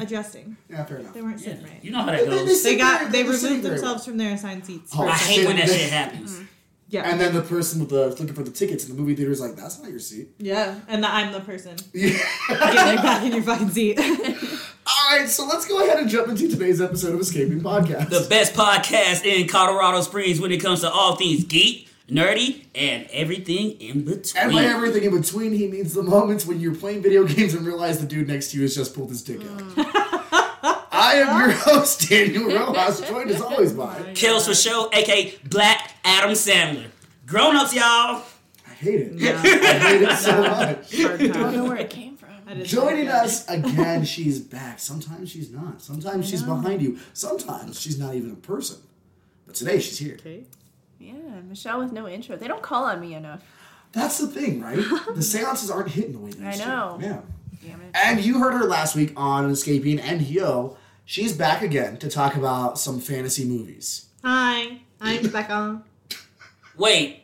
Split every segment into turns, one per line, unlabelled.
adjusting.
Yeah, fair enough.
They weren't
Yeah,
sitting right.
you know how that goes.
They
sit
got
very-
they
sit
removed
very
themselves from their assigned seats.
Oh.
for-
I hate when that
Shit.
shit happens.
Yeah.
well. And then the person with the looking for the tickets in the movie theater is like, "That's not your seat."
yeah. And the, I'm the person.
Yeah.
Get me back in your fucking seat.
All right, so let's go ahead and jump into today's episode of Escaping Podcast.
The best podcast in Colorado Springs when it comes to all things geek, nerdy, and everything in between.
and by everything in between, he means the moments when you're playing video games and realize the dude next to you has just pulled his dick out. I am your host, Daniel Rojas, joined as always by.
Kills for Show, aka Black Adam Sandler. Grown ups, y'all.
I hate it.
Yeah.
I hate it so much.
Hard
I don't know
time.
where it came from.
I just-
Joining us again, she's back. Sometimes she's not. Sometimes she's behind you. Sometimes she's not even a person. But today she's here.
Okay.
Yeah, Michelle with no intro. They don't call on me enough.
That's the thing, right? The seances aren't hitting the way they
I
used to.
know.
Yeah.
Damn it.
And you heard her last week on Escaping, and yo, she's back again to talk about some fantasy movies.
Hi. I'm back on.
Wait,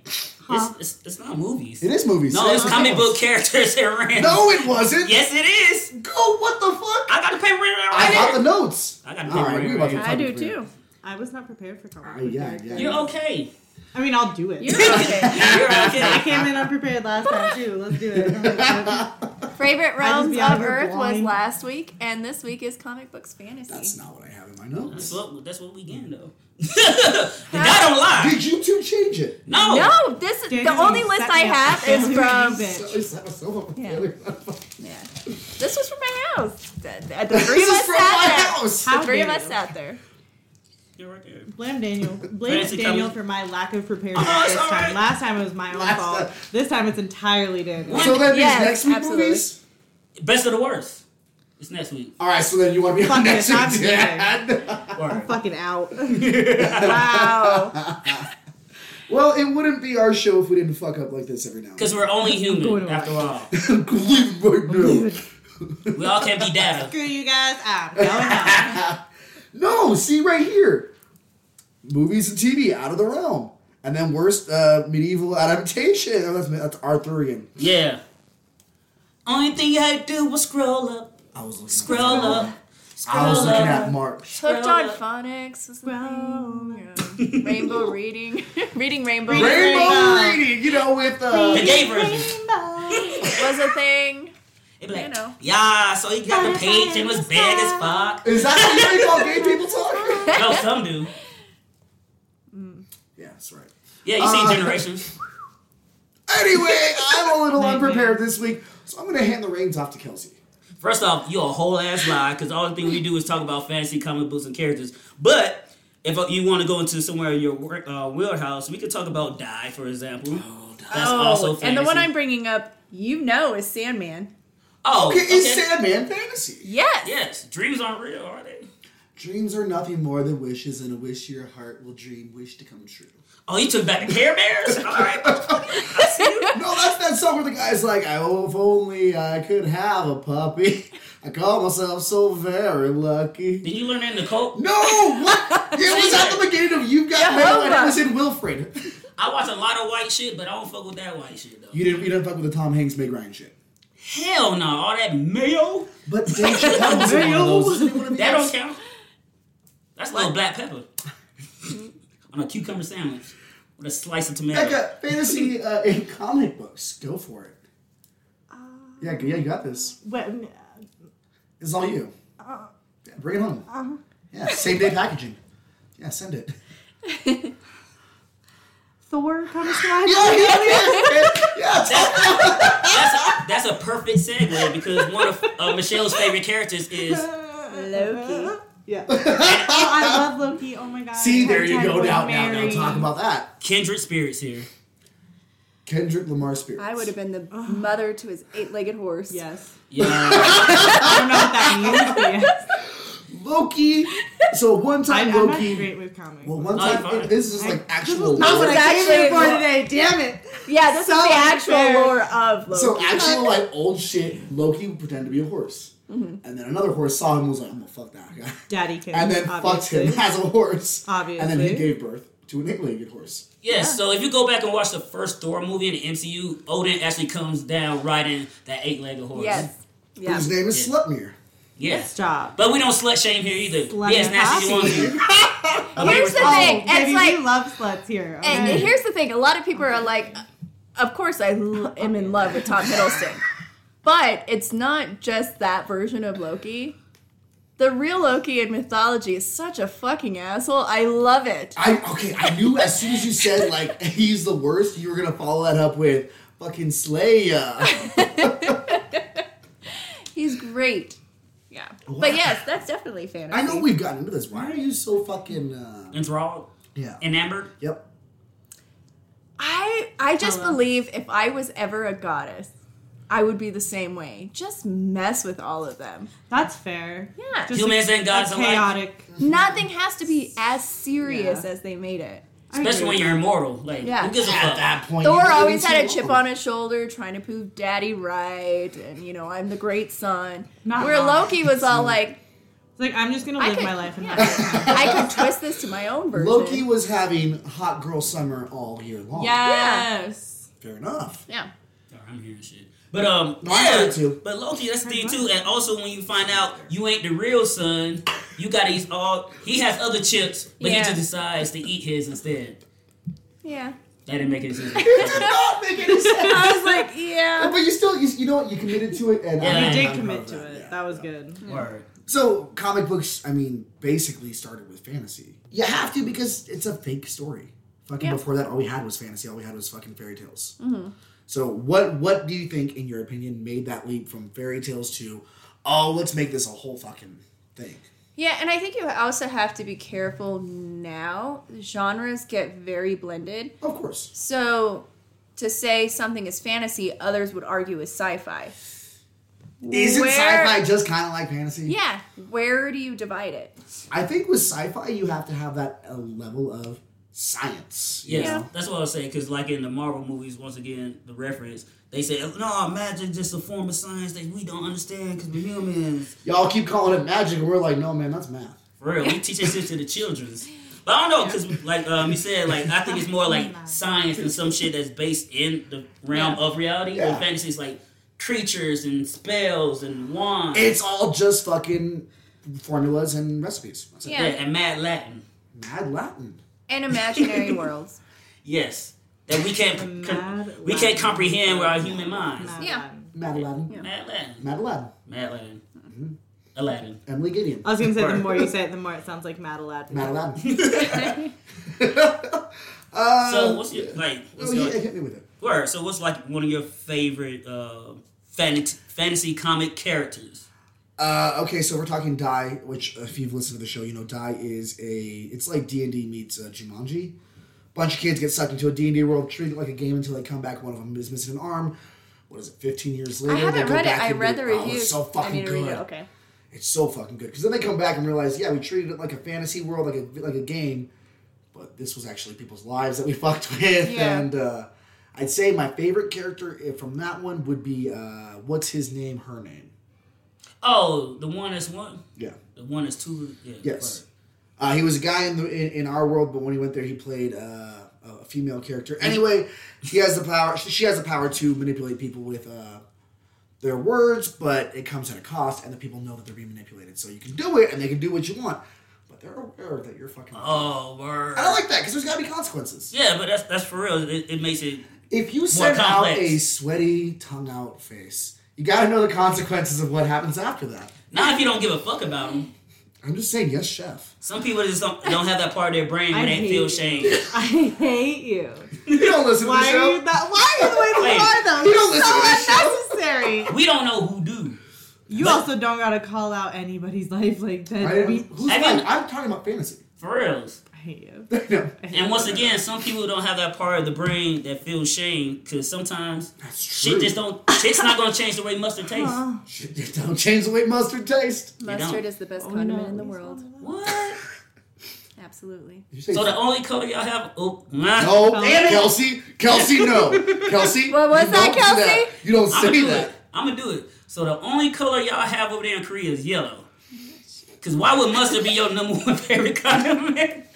Huh?
it's, it's, it's not movies.
It is movies.
No, it's comic book
books.
characters and random.
No, it wasn't.
Yes, it is.
Go. What the fuck?
I got the paper right
I got
here.
the notes.
I got the
All
paper
right, we
right
about to
here.
I
talk
do
about it.
too.
I was not prepared for comic
Oh,
book
yeah,
characters.
yeah.
You're okay.
I mean, I'll do it.
You're okay.
You're
I
okay.
came in unprepared last time too. Let's do it.
Favorite realms
be out
of
here
Earth was
blind.
last week, and this week is comic books fantasy.
That's not what I have in my notes.
That's what, that's what we getting, though. the guy don't lie.
Did you two change it?
No.
no, this
Daniel,
the only
you
list
set
I
me up.
have is
You
from.
use
So,
it.
is that so
Yeah.
This
Yeah, this was from my house. The, the- the three
is
of us
from
sat
my
there.
house.
How
The three of
dare
us
you.
sat there.
You're right there.
Blame Daniel. Blame
Fancy
Daniel
comic-
for my lack of preparedness
Oh, it's
this
all
time.
right.
Last time it was my own
Last
fault.
time.
This time it's entirely Daniel.
So that
Yes,
means next week
absolutely.
movies.
Best of the worst. It's next week.
All right, so then you want to be on
Fuck it,
next
I'm
week's dad.
Or
Fucking out.
Wow.
Well, it wouldn't be our show if we didn't fuck up like this every now and
Because we're only
Going
human,
away.
after all.
then. Leave right now.
We all can't be data.
Screw you guys. I'm going out.
No, see right here. Movies and TV out of the realm. And then worst uh, medieval adaptation. Oh, that's, that's Arthurian.
Yeah. Only thing you had to do was scroll up.
I was looking
Scroll
at
up. Scroll
I was looking
up.
at Mark.
Hooked
Scroll
on
up.
phonics. Was the thing. Yeah. Rainbow reading. reading rainbow.
Reading
Rainbow
Rainbow.
reading, you know, with uh,
The gay version.
was a thing.
It'd be like,
You know.
Yeah, so he got the page and was bad as fuck.
is that how you call gay people talk?
No, some do.
yeah, that's right.
Yeah, you seen
Uh,
Generations.
Anyway, I'm a little
Nightmare.
unprepared this week, so I'm gonna hand the reins off to Kelsey.
First off, you a whole ass lie because all the thing we do is talk about fantasy comic books and characters. But if uh, you want to go into somewhere in your work, uh, wheelhouse, we could talk about Die, for example. Oh, That's also fantasy.
and the one I'm bringing up, you know, is Sandman.
Oh,
Okay, is
okay.
Sandman fantasy?
Yes.
Yes, dreams aren't real, are they?
Dreams are nothing more than wishes, and a wish your heart will dream wish to come true.
Oh, you took back the Care Bears? All right.
No, that's that song where the guy's like, I, oh, if only I could have a puppy. I call myself so very lucky.
Did you learn that in the cult?
No! What? It was at the beginning of You've Got Mail, and it was in Wilfred.
I watch a lot of white shit, but I don't fuck with that white shit, though.
You didn't, you didn't fuck with the Tom Hanks Meg Ryan shit.
Hell no, all that mayo,
But Dave Chappelle's in one of those. Isn't he one of
that
those?
don't count. That's a little black pepper on a cucumber sandwich with a slice of tomato.
Becca, fantasy uh, in comic books. Go for it. Yeah, yeah, you got this.
When,
This is all you. Yeah, bring it home. Yeah, same day packaging. Yeah, send it.
Thor comes to my
Yeah, yeah, yeah. yeah Tom
That's a, that's a perfect segue because one of uh, Michelle's favorite characters is
Loki.
Yeah. Oh, I love Loki. Oh my god.
See, there you
Hashtag
go.
Bloody
Now, now, now,
Mary.
talk about that.
kindred spirits here.
Kendrick Lamar Spears.
I would have been the mother to his eight-legged horse.
Yes.
Yeah,
I don't know what that means. But yes.
Loki. So one
I,
time
I'm not
Loki.
great with comics.
Well, one
Oh, you're
time
fine.
it- this is like actual.
not
lore.
what I came here for
today. Damn it.
Yeah, this
So
is the actual
unfair.
lore of Loki.
So actual like old shit. Loki would pretend to be a horse, and then another horse saw him and was like, "I'm gonna fuck that guy,"
Daddy can.
and then
obviously.
fucked him as a horse. and then he
Obviously.
gave birth to an eight-legged horse.
yeah. So if you go back and watch the first Thor movie in the MCU, Odin actually comes down riding that eight-legged horse.
yes. Yeah.
His name is
Yeah.
Slutmere.
Yeah.
Stop.
But we don't slut shame here either.
Slut
yeah, it's nasty. You want
posse.
to? I mean,
Here's the
oh,
thing.
baby,
It's like
we love sluts here.
And
okay?
here's the thing: a lot of people are like, "Of course, I l- am in love with Tom Hiddleston," but it's not just that version of Loki. The real Loki in mythology is such a fucking asshole. I love it.
I okay. I knew as soon as you said like he's the worst, you were gonna follow that up with fucking Slaya.
He's great. Yeah,
Wow.
but yes, that's definitely fantasy.
I know we've gotten into this. Why are you so fucking? Uh,
enthralled,
yeah.
enamored.
Yep.
I I just
Hello.
believe if I was ever a goddess, I would be the same way. Just mess with all of them.
That's fair.
Yeah.
Just
Humans
a-
and gods
a
alike.
chaotic.
Nothing has to be as serious
Yeah.
as they made it.
I
Especially
agree.
when you're immortal. Like,
Yeah.
who gives a
At
fuck?
that point,
Thor always had a chip on his shoulder trying to prove daddy right, and you know, I'm the great son.
Not
Where
wrong.
Loki was all like,
It's like I'm just gonna
I
live
could-
my life and
yeah.
not get mad.
I could twist this to my own version.
Loki was having hot girl summer all year long.
Yes.
Fair enough.
Yeah.
Sorry, I'm hearing shit. But um,
No, I heard
yeah,
it too.
But Loki, that's the thing too. And also, when you find out you ain't the real son, you gotta eat all. He has other chips, but
Yeah.
he just decides to eat his instead.
Yeah.
That didn't make any sense.
It did not make any sense.
I was like, yeah.
But you still, you, you know what? You committed to it, and
Yeah,
I
You
I
did
I'm
commit
proud of
to it.
yeah.
That was good.
Word.
So comic books, I mean, basically started with fantasy. You have to because it's a fake story. Fucking
Yeah. Mm-hmm.
before that, all we had was fantasy. All we had was fucking fairy tales. So what what do you think, in your opinion, made that leap from fairy tales to, oh, let's make this a whole fucking thing?
Yeah, and I think you also have to be careful now. Genres get very blended.
Of course.
So to say something is fantasy, others would argue is sci-fi.
Isn't
Where-
sci-fi just kind of like fantasy?
Yeah. Where do you divide it?
I think with sci-fi, you have to have that uh, level of science. you
Yes,
Yeah.
know?
that's what I was saying. Because like in the Marvel movies, once again, the reference they say, "Oh, "No, magic just a form of science that we don't understand because we're humans."
Y'all keep calling it magic, and we're like, no, man, that's math.
For real, we teach this shit to the childrens. But I don't know, cause like um, you said, like I think it's more like science and some shit that's based in the realm of reality.
Yeah.
And fantasy is like creatures and spells and wands.
It's all just fucking formulas and recipes. That's it.
Yeah.
yeah, and mad Latin.
Mad Latin.
And imaginary worlds.
Yes, that we can't
The
com-
mad
we
Latin.
can't comprehend with our human minds.
Mad
Yeah.
Latin.
Mad Aladdin.
Yeah.
Mad Latin.
Mad Aladdin.
Mad Latin. Aladdin.
Emily Gideon.
I
Uh,
was gonna say the
Word.
more you say it, the more it sounds like Madeline.
Mad Aladdin.
So what's your like? What's
Uh, Oh,
your,
yeah, hit me with it.
Word. So, what's like one of your favorite uh, fantasy, fantasy comic characters?
Uh, okay, so we're talking Die, which uh, if you've listened to the show, you know Die is a it's like D and D meets uh, Jumanji. Bunch of kids get sucked into a D and D world, treat it like a game until they come back. One of them is missing an arm. What is it? Fifteen years later,
I haven't
they go
read it.
back
I
and
read
do-
the
Oh,
reviews.
it's so
I
fucking
need to
good.
read it. Okay.
It's so fucking good because then they come back and realize, yeah, we treated it like a fantasy world, like a like a game, but this was actually people's lives that we fucked with.
Yeah.
And uh, I'd say my favorite character i- from that one would be uh, what's his name, her name.
Oh, the one that's one,
Yeah.
the one that's two. Yeah,
Yes.
word.
Uh, he was a guy in, the, in in our world, but when he went there, he played uh, a female character. Anyway, he has the power. She she has the power to manipulate people with uh, their words, but it comes at a cost, and the people know that they're being manipulated. So you can do it, and they can do what you want, but they're aware that you're fucking.
Oh, word.
I don't like that because there's got to be consequences.
yeah, but that's that's for real. It, it makes it.
If you send out
complex.
a sweaty, tongue out face, you got to know the consequences of what happens after that.
Not if you don't give a fuck about them.
I'm just saying, yes, chef.
Some people just don't, don't have that part of their brain where
I
they
hate
feel
it.
shame.
I hate you.
You don't listen to the
Why
show.
are you that? Why are you the way
Wait,
you are though?
you don't
You're
listen to the show.
so unnecessary.
We don't know who do.
You also don't gotta call out anybody's life like that.
I,
We-
who's
I
mine?
mean-
I'm talking about fantasy.
For reals.
I hate you.
no,
And once again, some people don't have that part of the brain that feels shame because sometimes
that's true.
shit just don't. Shit's not gonna change the way mustard tastes.
Shit just don't change the way Uh-huh. mustard tastes.
don't.
Mustard is the
Oh,
best condiment in the world.
What?
Absolutely.
You say
So the only color y'all have, oh, nah.
no,
Oh.
Kelsey, Kelsey, no, Kelsey.
What was
you
that,
don't do
Kelsey?
You don't
I'm gonna
say
do
that.
it. I'm gonna do it. So the only color y'all have over there in Korea is yellow. Cause why would mustard be your number one favorite condiment?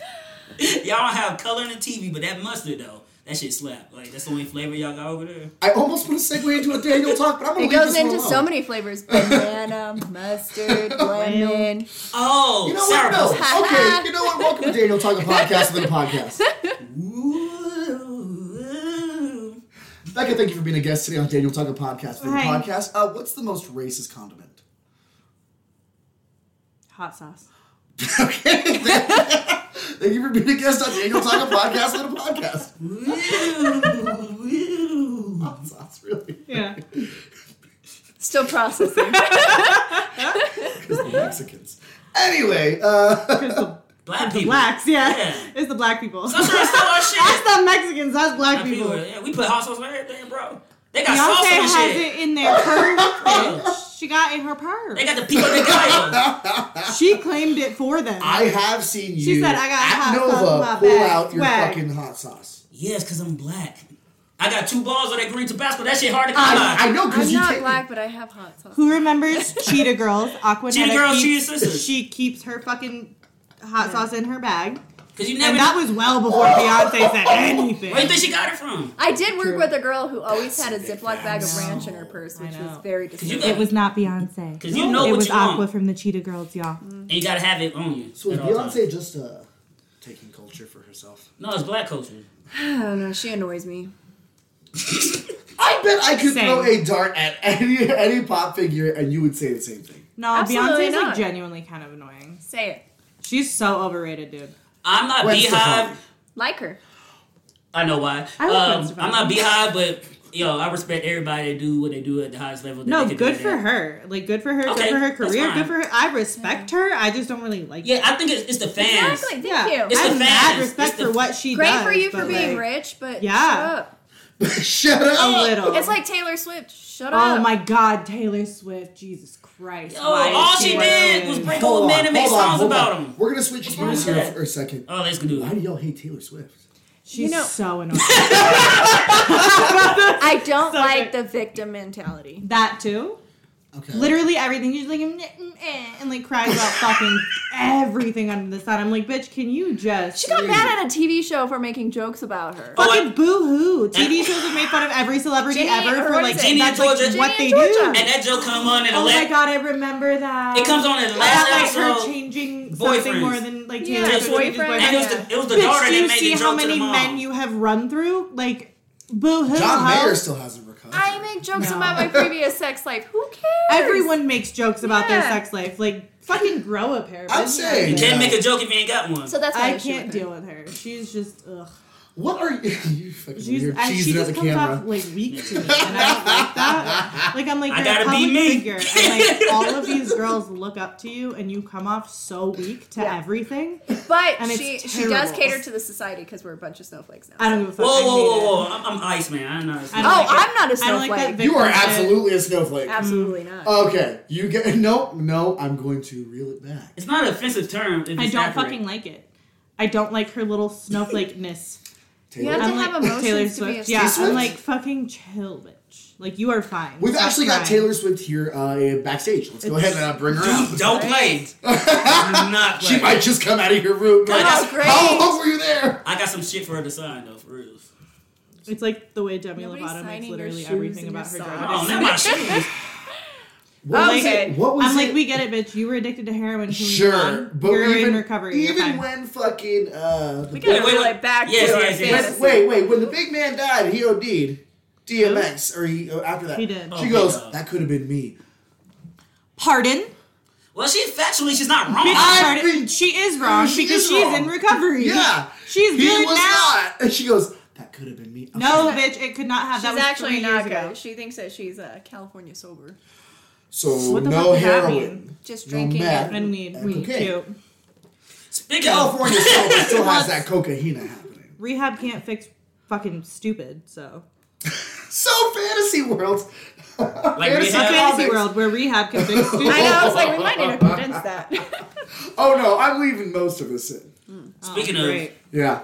y'all don't have color in the TV, but that mustard though. That shit slap. Like that's the only flavor y'all got over there.
I almost put a segue into a Daniel talk, but I'm gonna
It
leave
goes
this one
into
alone.
so many flavors: banana, mustard, lemon.
Oh,
You know what? No.
sourpuss.
Okay. You know what? Welcome to Daniel Talk, a podcast within a podcast.
Ooh.
Becca, thank you for being a guest today on Daniel Talk, a podcast within
Hi.
a podcast. Uh, what's the most racist condiment?
Hot sauce.
okay. Thank you for being a guest on Daniel Talk, a podcast within a podcast.
Ooh.
Hot sauce, really.
Yeah.
Still processing.
Because the Mexicans. Anyway, uh,
Because the
Black people.
blacks, yeah.
Yeah.
It's the black people.
That's where they stole our shit.
That's not Mexicans. That's black
Black
people.
people. Yeah, we put hot sauce on everything, bro. They got
Beyonce
sauce on
has
shit.
it in their
Yeah.
purse. she got it in her
They
purse.
got the pico de gallo.
She claimed it for them.
I have seen you
She said, "I got
at
hot sauce
Nova
in my
pull
bag.
out your
Swag."
fucking hot sauce.
yes, because I'm black. I got two balls of that green Tabasco. That shit hard to come
I, I
by.
know
I'm
because you
not
take-
black, but I have hot sauce.
Who remembers Cheetah Girls? Aquanetta
Cheetah Girls,
keeps,
Cheetah Sisters.
She keeps her fucking hot sauce in her bag.
Because you
And
never.
that was well before Beyonce said anything.
Where do you think she got it from?
I did work
True.
with a girl who always had a Ziploc bag of ranch in her purse,
I
which was
know.
very
you
disturbing.
got-
It was not Beyonce.
'Cause you know
it
what
was
you
Aqua
want.
from the Cheetah Girls, y'all.
And you gotta have it on you.
So is
at all times.
Beyonce just uh, taking culture for herself?
No, it's black culture.
I
Oh,
don't know. She annoys me.
I bet I could throw
Same.
a dart at any any pop figure and you would say the same thing.
No,
Absolutely
Beyonce's
not.
like genuinely kind of annoying.
Say it.
She's so overrated, dude.
I'm not
Gwen
beehive.
Stefani.
Like her.
I know why.
I like Gwen
um,
Stefani.
I'm not beehive, but yo, I respect everybody that do what they do at the highest level. That
No,
they can
good
do
for
that.
her. Like, good for her.
Okay,
good for her
that's
career.
fine.
Good for her. I respect her. I just don't really like
Yeah, I think it's, it's the fans.
Exactly. Thank
Yeah,
you.
It's
I
the
have mad
fans.
respect
It's the-
for what she
Great
does.
for you for
but,
being
like,
rich, but
Yeah.
shut up.
Shut up.
A little.
It's like Taylor Swift. Shut
oh
up.
my God, Taylor Swift, Jesus Christ!
Yo,
why
Oh, all
is
she did was
like-
break old man and make
hold on,
songs
hold on.
about him.
We're gonna switch
wrong
gears
with
here
that?
for a second.
Oh, let's do
Why
it.
do y'all hate Taylor Swift?
She's
You know-
so annoying.
I don't
So
like
good.
the victim mentality.
that too.
Okay.
Literally everything. She's like "Mm, mm, eh," and like cries about fucking everything under the sun. I'm like, bitch, can you just
She got mad at a TV show for making jokes about her.
Oh,
fucking
I-
boo hoo? TV shows have made fun of every celebrity
Ginny-
ever
or
for
what
like
is it? Ginny
that's
and
like
Georgia.
what they
Ginny and
do.
Georgia.
And that joke come on in the
Oh my
last.
god, I remember that.
It comes on in the
About, like
last
her
episode.
changing
Boyfriends.
something more than like
Yeah,
Taylor
Taylor
Swift
Swift.
and his
And
Boyfriend,
it was
yeah.
the, it was the daughter
Bitch, do you
that made
see
the
how
joke to the
many
mom.
men you have run through? Like, boo hoo.
John
hoe.
Mayer still hasn't recovered.
I make jokes
No.
about my previous sex life. Who cares?
Everyone makes jokes about their
Yeah.
sex life. Like, fucking grow up, hair.
I'm
bitch.
saying-
you
Yeah.
can't make a joke if you ain't got one.
So that's my
I
issue
can't
with her.
deal with her. She's just ugh.
What are you? you fucking
She's,
weird.
and she
cheesing at
just
the
comes
camera.
off like weak to me, and I don't like that. Like I'm like
I
you're
gotta
a
be
public
me.
figure, and like all of these girls look up to you, and you come off so weak to
Yeah.
everything.
But
And
she
it's
she does
terrible.
cater to the society because we're a bunch of snowflakes now.
I don't give a fuck.
whoa,
I hate
whoa,
it.
whoa, whoa! I'm, I'm Ice Man. I'm not. Ice
I
Man.
don't
Oh,
like it.
I'm not a
I don't like
snowflake.
that
you are
victim shit.
absolutely a snowflake.
Absolutely
Uh,
not.
Okay, you get no, no. I'm going to reel it back.
It's not an offensive term. If it's
I don't
accurate.
fucking like it. I don't like her little snowflake ness.
Taylor.
You have to
I'm like
have emotions
Taylor
to be
Swift.
a
yeah,
Swift.
I'm like fucking chill, bitch. Like you are fine.
We've
Stop
actually got
crying.
Taylor Swift here uh, backstage. Let's go ahead and uh, bring her
Dude,
out.
don't play. Do not play.
She might just come out of your room.
Oh,
Like,
great.
How long were you
Oh,
there?
I got some shit for her to sign though, for real.
It's like the way Demi
Nobody's
Lovato
signing
makes
your
literally
shoes
everything
and your
about her
socks.
drug
Oh,
addiction.
not my shoes.
What was
Okay.
it? What was
I'm
it?
like, we get it, bitch. You were addicted to
Oh,
heroin. Can we move
sure,
on?
but
you're
even
in recovery. You're
even
fine.
when fucking uh, the,
We gotta
Wait, wait,
reel
wait.
it back.
Yes,
to our
yes, yes.
when,
fantasy.
wait, wait, when the big man died, he OD'd. DMX or he or after that
He did.
She
Oh,
goes,
God.
that could have been me.
Pardon?
Well, she factually she's not wrong.
Bitch,
I
pardon.
mean,
she is wrong
she
because
is
she's
wrong.
in recovery.
Yeah,
She's
he
good
was
now.
not. And she goes, that could have been me. I'm
No,
sorry.
bitch, it could not have.
She's
that was
actually
three
not
years
good.
ago.
She thinks that she's uh, California sober.
So
What the
no
fuck does that
heroin.
mean?
Just
No
drinking.
meth.
And weed,
And
weed,
cocaine.
cute.
Speaking of,
California still, still has that cocaine happening.
Rehab can't fix fucking stupid. So
So fantasy worlds.
like
Fantasy
a
rehab,
Yeah.
fantasy world where rehab can fix stupid.
I know. I was like, we might need to condense that.
Oh no, I'm leaving most of this in.
Oh,
Speaking of-
great.
Yeah.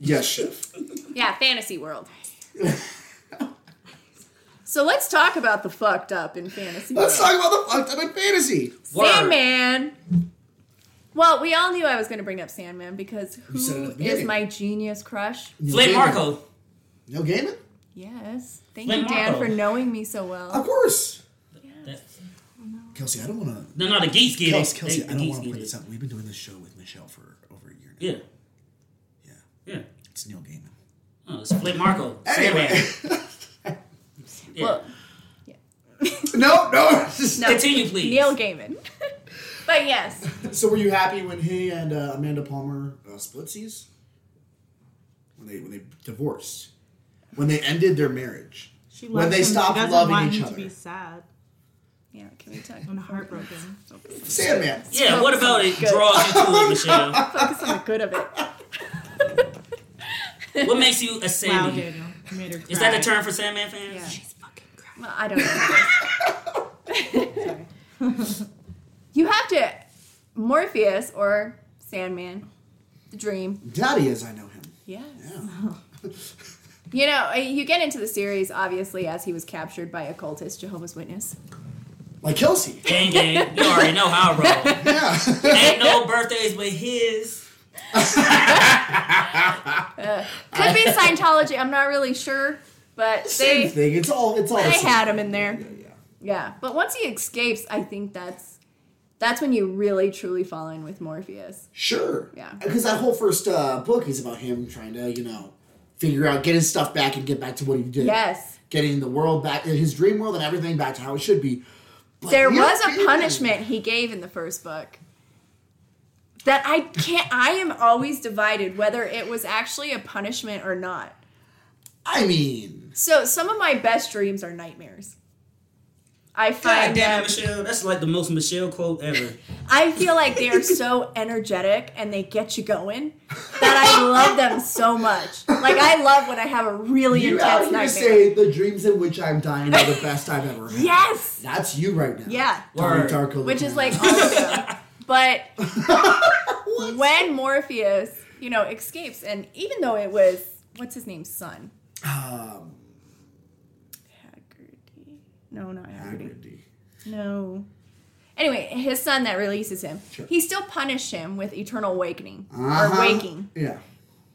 Yes, chef.
yeah, fantasy world. So let's talk about the fucked up in fantasy.
Let's
world.
talk about the fucked up in fantasy.
word.
Sandman. Well, we all knew I was going to bring up Sandman because
said it at
who
the
is
beginning.
my genius crush?
Flint Marco.
No gaming?
Yes. Thank
Flint
you, Dan,
Marco.
for knowing me so
Of
well.
course.
That-
Kelsey, I don't want to.
No, no, the geeks get
Kelsey,
it.
Kelsey,
They-
I
the
don't
geeks
want to
get
put
it.
this up. We've been doing this show with Michelle for over a year now.
Yeah,
Yeah.
yeah.
It's Neil Gaiman.
Oh, it's Flint Marco.
Anyway.
Sandman. Yeah.
Well,
no, no.
no.
Continue, please.
Neil Gaiman. but yes.
So were you happy when he and uh, Amanda Palmer uh, splitsies? When they when they divorced, when they ended their marriage,
She
when
loves
they
him.
stopped
she doesn't
loving
want
each
him
other.
to be sad
Yeah, can we talk?
and heartbroken.
Sandman.
yeah, what about it
Good.
draws you to it, Michelle?
Focus on the good of it.
What makes you a
Wow,
Sandman?
Daniel, you made her cry.
Is that the term for Sandman fans?
Yeah.
She's fucking crying.
Well, I don't know. you have to Morpheus or Sandman, the dream.
Daddy, as I know him.
Yes.
Yeah.
You know, uh, you get into the series obviously as he was captured by a cultist, Jehovah's Witness.
Like Kelsey.
Gang, gang. You already know how I roll.
Yeah.
Ain't no birthdays but his.
Could be Scientology. I'm not really sure, but
same
they
thing. It's all it's all the
they
same.
had him in there.
Yeah, yeah.
Yeah, but once he escapes, I think that's that's when you really truly fall in with Morpheus.
Sure.
Yeah.
Because that whole first uh, book is about him trying to, you know, figure out, get his stuff back and get back to what he did.
Yes.
Getting the world back, his dream world and everything back to how it should be. But
There
Neil
was a
Gaiman-
punishment he gave in the first book that I can't I am always divided whether it was actually a punishment or not.
I mean,
So some of my best dreams are nightmares. I find
God damn it,
them-
Michelle. That's like the most Michelle quote ever.
I feel like they are so energetic and they get you going that I love them so much. Like I love when I have a really
you out
intense
here
nightmare.
to say the dreams in which I'm dying are the best I've ever had.
yes.
That's you right now.
Yeah.
Dark,
Word.
dark old
Which is
man.
like awesome. But when Morpheus, you know, escapes and even though it was what's his name's son?
Um,
Haggerty. No, not Haggerty.
Hagrid.
No. Anyway, his son that releases him.
Sure.
He still punished him with eternal awakening
Uh-huh.
or waking.
Yeah.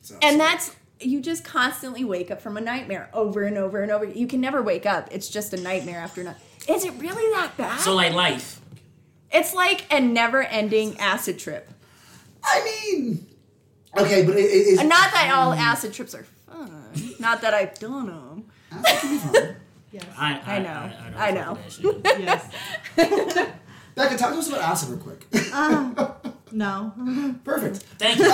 So,
And that's you just constantly wake up from a nightmare over and over and over. You can never wake up. It's just a nightmare after night. Is it really that bad?
So like life.
it's like a never-ending acid trip.
I mean, okay, but it, it, it's
Uh, Not that all acid trips are fun. Not that I've done them.
I, I,
I know.
don't
I
fuck
know.
with that shit.
Yes.
Becca, talk to us about acid real quick.
No.
Perfect.
Thank you.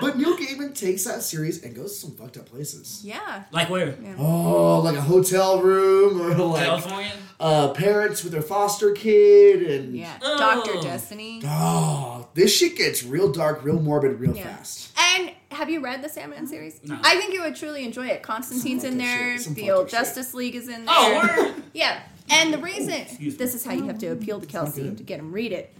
But Neil Gaiman takes that series and goes to some fucked up places.
Yeah.
Like where?
Oh, like a hotel room or like
California?
uh, parents with their foster kid and
Yeah.
Oh.
Doctor Destiny.
oh, this shit gets real dark, real morbid, real
Yeah.
fast.
And have you read the Sandman series?
No.
I think you would truly enjoy it. Constantine's
Some
in
fucked up
there.
shit. Some
The
fucked
old
up shit.
Justice League is in there.
Oh, word.
Yeah. And the reason
excuse me.
this is how you have to appeal to Kelsey to get him read it.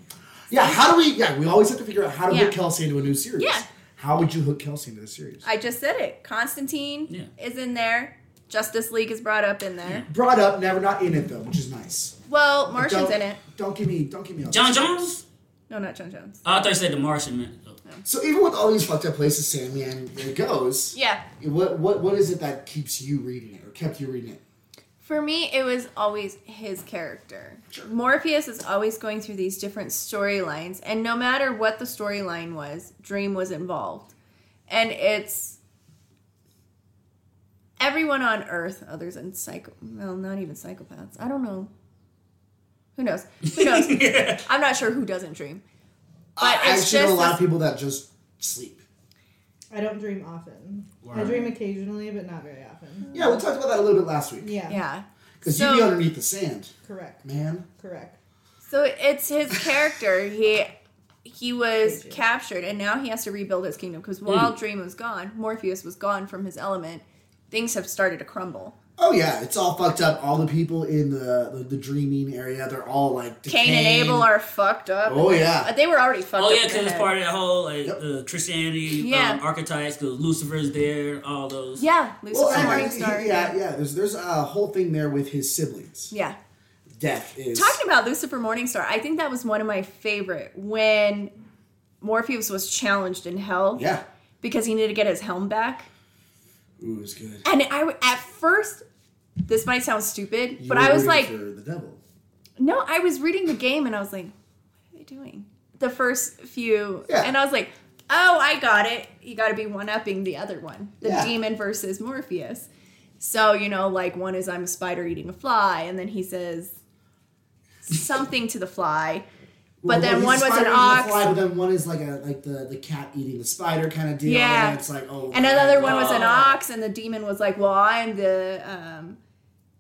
Yeah, how do we? Yeah, we always have to figure out how to
Yeah.
hook Kelsey into a new series.
Yeah.
How would you hook Kelsey into the series?
I just said it. Constantine
Yeah.
is in there. Justice League is brought up in there.
Brought up, never not in it though, which is nice.
Well, Martian's
Don't-
in it.
Don't give me, don't give me. all
John
this.
Jones?
No, not John Jones.
Oh, I thought you said the Martian man.
So even with all these fucked up places, Sandman it goes.
Yeah.
What what what is it that keeps you reading it or kept you reading it?
For me, it was always his character. Morpheus is always going through these different storylines, and no matter what the storyline was, Dream was involved. And it's everyone on Earth, other than psycho, well, not even psychopaths. I don't know. Who knows? Who knows? I'm not sure who doesn't dream. But
I
it's
actually know
just
a lot of
this-
people that just sleep.
I don't dream often. I
Word.
dream occasionally, but not very often.
Yeah, we talked about that a little bit last week.
Yeah.
yeah.
Because
So-
you'd be underneath the sand,
Correct.
man.
Correct.
So it's his character. He he was
Thank you.
captured, and now he has to rebuild his kingdom
Mm.
because while Dream was gone, Morpheus was gone from his element. Things have started to crumble.
Oh yeah, it's all fucked up. All the people in the the, the dreaming area, they're all like
Cain and
decaying.
Abel are fucked up.
Oh
But
yeah,
they were already fucked
Oh
up.
yeah,
in
because
their
it's
head.
part of that whole like
Yep.
uh, Christianity
Yeah.
um, archetypes. Because Lucifer's there, all those.
Yeah, Lucifer
well, and- and-
Morningstar.
yeah,
Yeah,
yeah. There's there's a whole thing there with his siblings.
yeah.
Death is
Talking about Lucifer Morningstar, I think that was one of my favorite when Morpheus was challenged in hell
yeah.
because he needed to get his helm back.
Ooh, it's good.
And I w- at first, this might sound stupid,
You
but
were
I was
rooting
like,
for the devil.
no, I was reading the game and I was like, what are they doing? The first few,
Yeah.
and I was like, oh, I got it. You got to be one upping the other one, the
Yeah.
demon versus Morpheus. So you know, like one is I'm a spider eating a fly, and then he says something to the fly. But then one
he's
was an
spider eating the
ox.
fly, but then one is like a like the, the cat eating the spider kind of deal. And
Yeah.
then it's like oh.
And another
wow.
one was an
Oh.
ox, and the demon was like, "Well, I'm the um,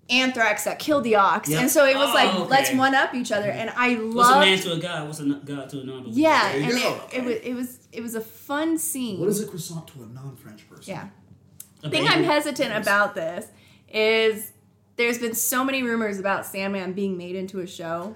anthrax that killed the ox."
Yep.
And so it was
Oh,
like,
okay.
"Let's one up each other." And I
What's a man
loved,
to a god? What's a n- god to a non
yeah,
There you
and
go.
it, it was it was it was a fun scene.
What is a croissant to a non-French person?
Yeah. The thing I'm hesitant about this is there's been so many rumors about Sandman being made into a show.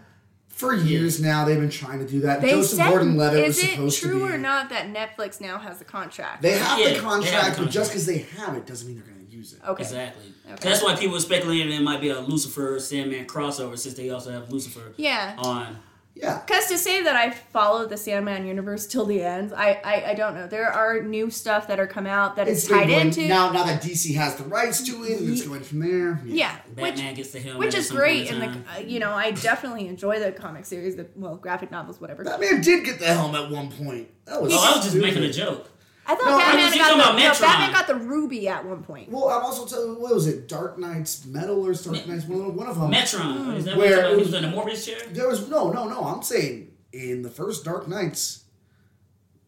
For years now, they've been trying to do that.
They
Joseph
said,
Gordon-Levitt was
"Is it
supposed
true
to be.
or not that Netflix now has a contract?"
They have
Yeah, they
the
have a
contract, but
contract.
just because they have it doesn't mean they're going to use it.
okay,
Exactly.
Okay.
That's why people were speculating there might be a Lucifer Sandman crossover since they also have Lucifer
yeah.
on.
Yeah.
Because to say that I followed the Sandman universe till the end, I, I I don't know. There are new stuff that are come out that it's
been
tied
going-
into.
now. Now that DC has the rights to it, and it's going from there.
yeah, which
Batman gets the helmet.
which
at
is
some point
great,
in
and
time.
the uh, you know I definitely enjoy the comic series, the well graphic novels, whatever.
that man did get the helm at one point. That was.
Oh, I was just
stupid.
making a joke.
I thought
No, I
Batman
was- you
got
talking
the
about
no,
Metron.
Batman got the ruby at one point.
Well, I'm also telling. What was it? Dark Knight's Metal or Dark
Me-
Knight's One one of them.
Metron. Is that
Where
where
it
he was
was-
in the Morbius chair?
There was no, no, no. I'm saying in the first Dark Knights,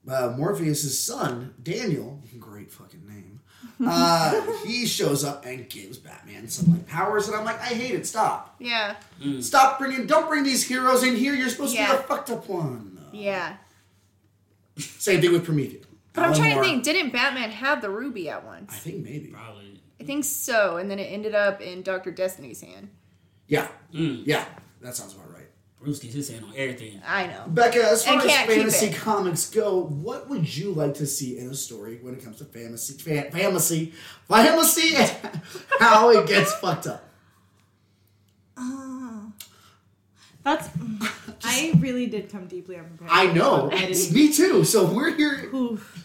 uh, Morpheus' son Daniel, great fucking name, uh, he shows up and gives Batman some like powers, and I'm like, I hate it. Stop,
Yeah,
stop bringing, don't bring these heroes in here. You're supposed to
Yeah.
be the fucked up one.
yeah.
Same thing with Prometheus.
But I'm
Alan
trying to
Moore-
think. Didn't Batman have the ruby at
I
once?
think maybe.
Probably.
I think so, and then it ended up in Doctor Destiny's hand.
Yeah,
Mm.
yeah. That sounds about right.
Bruce gets his hand on everything.
I know.
Becca, as far
And
as
can't keep
fantasy
it.
comics go, what would you like to see in a story when it comes to fantasy, fan, fantasy, fantasy, and how it gets fucked up?
That's. I really did come deeply unprepared.
I know,
I
it's
didn't-
me too. So we're here.
Oof.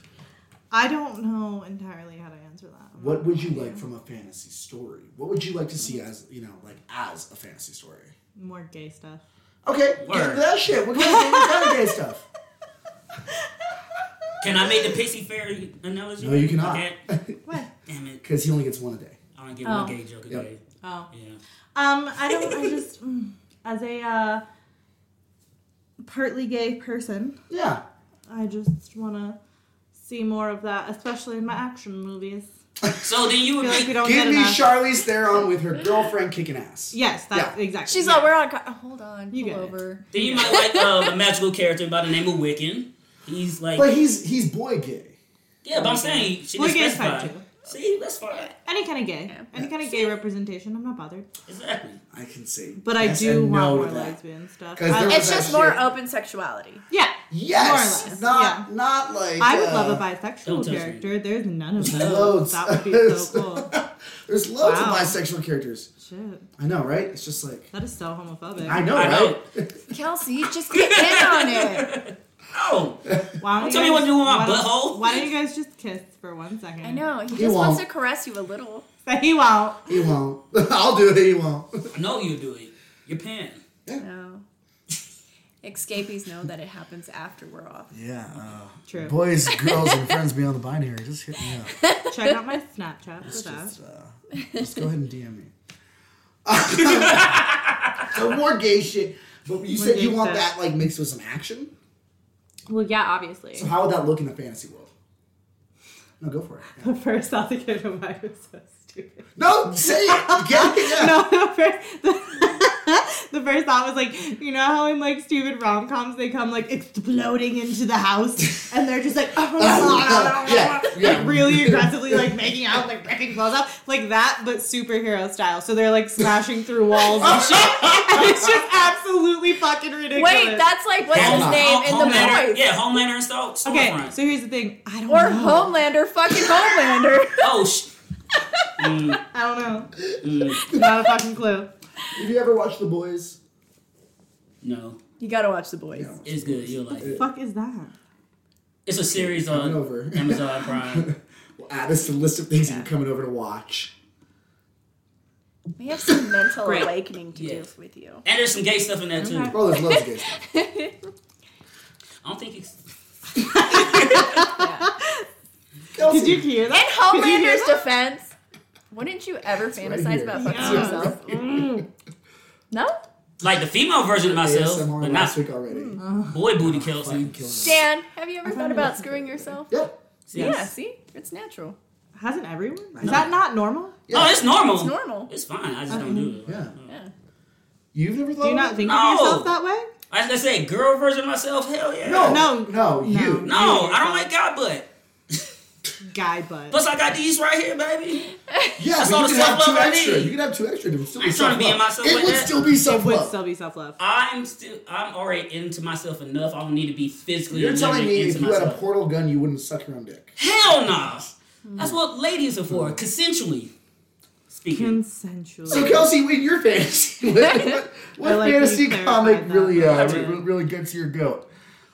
I don't know entirely how to answer that.
What would you like from a fantasy story? What would you like to see as you know, like as a fantasy story?
More gay stuff.
Okay, get
Word.
to that shit. We're gonna get into kind of gay stuff.
Can I make the pixie fairy analogy?
No, you
I
cannot,
can't.
What?
Damn it.
because he only gets one a day.
I don't get
Oh.
one gay joke a
Yep.
day.
Oh.
Yeah.
Um, I don't. I just mm, as a uh, partly gay person,
Yeah.
I just want to see more of that, especially in my action movies.
So then you
I
would
feel like we
make.
don't
Give
get
me
enough.
Charlize Theron with her girlfriend kicking ass.
yes, that's exactly.
She's
yeah.
like, we're on. Co- hold on,
You
pull
get it.
over.
Then you might like uh, a magical character by the name of Wiccan. He's like.
But he's he's boy gay.
yeah, but I'm saying she
We're
didn't
gay type
specify.
too.
See, that's fine.
Any kind of gay, any kind of gay representation, I'm not bothered.
Exactly.
I can say,
But I
yes
do
and
want
no
more
to that.
lesbian stuff.
'Cause
I-
there
It's
was-
it's-
just
that
more
shit.
open sexuality.
yeah,
Yes,
More or less,
not
yeah.
not like
I would
uh,
love a
Don't
bisexual
touch me.
character. There's none of those.
Loads.
That would be so cool.
There's loads
Wow.
of bisexual characters.
Shit,
I know, right? It's just like
that is so homophobic.
I know,
I
right?
know.
Kelsey, just get in on it.
Oh,
Why don't
Don't tell me
guys-
what to do with my
why don't-
butthole.
Why don't you guys just kiss for one second?
I know. He just
won't.
wants to caress you a little.
But he won't.
He won't. I'll do it. He won't.
I know you do it. You're pan.
No. Escapees know that it happens after we're off.
Yeah. uh,
True.
boys, girls, and friends beyond the binary, just hit me up.
Check out my Snapchat for that.
Just, uh, just go ahead and DM me. so more gay shit. But you said
gay
you want
stuff.
that like mixed with some action.
Well, yeah, obviously.
So how would that look in the fantasy world? No, go for it. Yeah.
The first thought that came to mind was so stupid.
No, say it. Yeah, yeah.
No, the first, the, first thought was like, you know how in like stupid rom coms they come like exploding into the house and they're just like, oh,
yeah, yeah.
like really aggressively like making out, like ripping clothes off, like that, but superhero style. So they're like smashing through walls and shit. And it's just absolutely fucking ridiculous.
Wait, that's like what's his
Home-
name in
Homelander,
the boys.
Yeah, Homelander and Star Stormfront.
okay. So here's the thing. I don't
Or
know.
Homelander, fucking Homelander.
oh, sh- Mm,
I don't know.
mm,
Not a fucking clue.
Have you ever watched The Boys?
no,
You gotta watch the boys.
Yeah.
it's good. You'll like it.
Fuck is that?
It's a series
Coming
on
over.
Uh, Amazon Prime.
we'll add this to the list of things that you're coming over to watch.
We have some mental
Great.
awakening to
Yes.
do with you.
And there's some gay stuff in there too.
Okay.
Oh, there's loads of good stuff.
I don't think it's.
Did you hear
In
that?
Homelander's defense, wouldn't you ever
right
fantasize
here.
about fucking
Yeah.
yourself?
Mm.
No?
Like the female version of myself,
ASMR
but
last
not
week already.
Mm.
boy booty Kelsey.
Killing us.
Dan, have you ever thought about screwing yourself?
Yep.
Yeah,
Yes.
see? It's natural.
Hasn't everyone? Is that not normal?
Yeah.
Oh, it's normal.
It's normal.
It's fine. I just don't do it.
Yeah.
Yeah.
You've never thought
Do you
of
not
it?
think
No.
of yourself that way?
I was gonna say girl version of myself. Hell yeah.
No.
No.
No, you.
No, I don't like guy butt.
Guy butt.
Plus, I got these right here, baby.
Yeah,
all
but
the
you could have two
self-love I
extra.
need.
You could have two extra. It would still
I
be
ain't trying to be in
self-love.
myself
It
like
would
that.
still be
it would
self-love.
still be self love.
I'm still. I'm already into myself enough. I don't need to be physically.
You're telling
literally
me
into
if you
myself.
had a portal gun, you wouldn't suck your own dick.
Hell no. That's what ladies are for, consensually speaking.
Consensual.
So Kelsey, in your fantasy, what, what- what
I like that you
fantasy
clarified
comic
that.
really uh,
I
re-
do.
re- really gets your goat?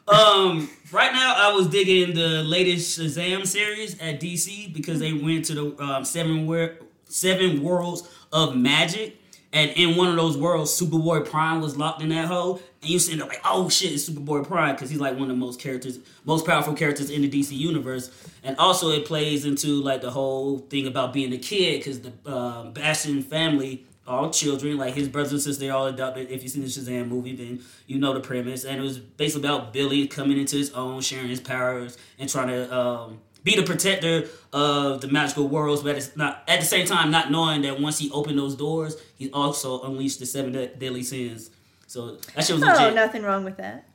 Um, right now I was digging the latest Shazam series at DC because they went to the um, seven wor- seven worlds of magic, and in one of those worlds, Superboy Prime was locked in that hole, and you end up like, oh shit, it's Superboy Prime because he's like one of the most characters, most powerful characters in the DC universe, and also it plays into like the whole thing about being a kid because the um Bastion family all children, like his brothers and sisters, they all adopted. If you've seen the Shazam movie, then you know the premise. And it was basically about Billy coming into his own, sharing his powers, and trying to um, be the protector of the magical worlds, but it's not at the same time not knowing that once he opened those doors, he also unleashed the seven de- deadly sins. So that shit was
Oh,
legit.
nothing wrong with that.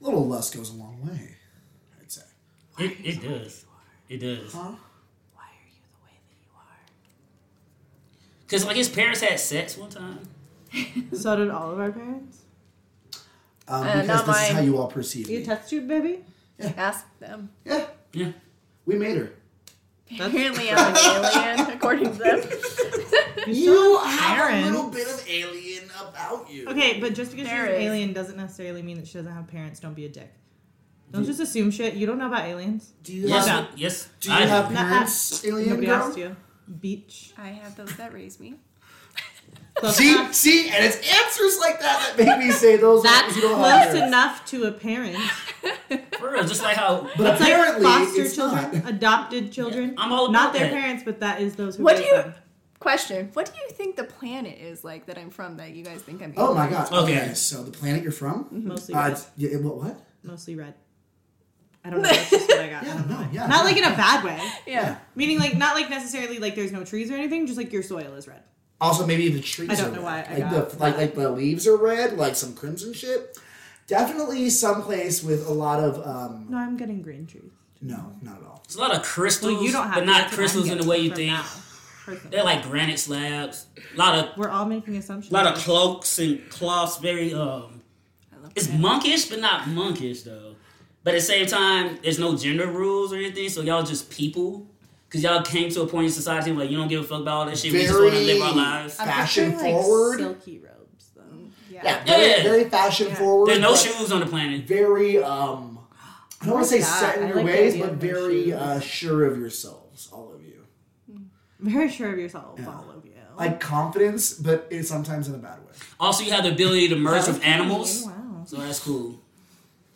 A little lust goes a long way, I'd say.
It, it does. It does.
Huh?
Why are you the way that
Because like his parents had sex one time.
you are? So did all of our parents.
Um,
Uh,
because
not
this is
mine.
how you all perceive
You
me.
test tube baby?
Ask them.
yeah,
Yeah.
we made her.
Apparently, I'm an alien, according to them.
You
Karen.
bit of alien about you.
Okay, but just because
There
she's an
is.
alien doesn't necessarily mean that she doesn't have parents. Don't be a dick. Don't just assume shit. You don't know about aliens.
Do you
Yes.
have,
Yes.
do you
I-
have
Nah.
parents, alien
Nobody
girl?
asked you. Beach.
I have those that raise me.
Close
See,
enough.
see, and it's answers like that that make me say those.
That's
words. you don't have
close
parents.
enough to a parent.
for real. Just like how.
But
It's like
apparently,
foster
it's
children,
not.
adopted children.
I'm all
Not
about
their
that.
parents, but that is those who
What
raise
do you-
them.
Question: What do you think the planet is like that I'm from? That you guys think I'm?
Oh my god.
Okay.
so the planet you're from?
Mostly
Uh,
red.
it's- yeah, it- what? What?
Mostly red. I don't know. That's just what I got. I
Yeah,
don't know.
no, yeah.
Not like in a bad way.
Yeah.
Meaning like not like necessarily like there's no trees or anything. Just like your soil is red.
Also, maybe the trees.
I don't
are
know
red.
why I
like
got
the like like the leaves are red, like some crimson shit. Definitely someplace with a lot of um.
No, I'm getting green trees.
No, not at all.
It's a lot of crystals,
Well, you don't have,
but not
that's what I'm
crystals in the
getting
way you
from
think.
now, personally.
They're like granite slabs. A lot of
We're all making assumptions.
lot of cloaks and cloths. Very um, it's monkish, but not monkish though. But at the same time, there's no gender rules or anything, so y'all just people. Cause y'all came to a point in society where you don't give a fuck about all that shit. we just want to live our lives.
I'm
fashion
picturing, like,
forward.
silky robes, though.
Yeah.
yeah, very,
Yeah.
very fashion forward.
There's no
but
shoes on the planet.
Very um. I don't want to say
like that.
set in
I
your
like the
ways,
idea
but
of no
very
shoes.
uh, sure of yourselves, all of you.
Very sure of yourself, all of you.
Like confidence, but it's sometimes in a bad way.
Also, you have the ability to merge with animals,
Wow.
so that's cool.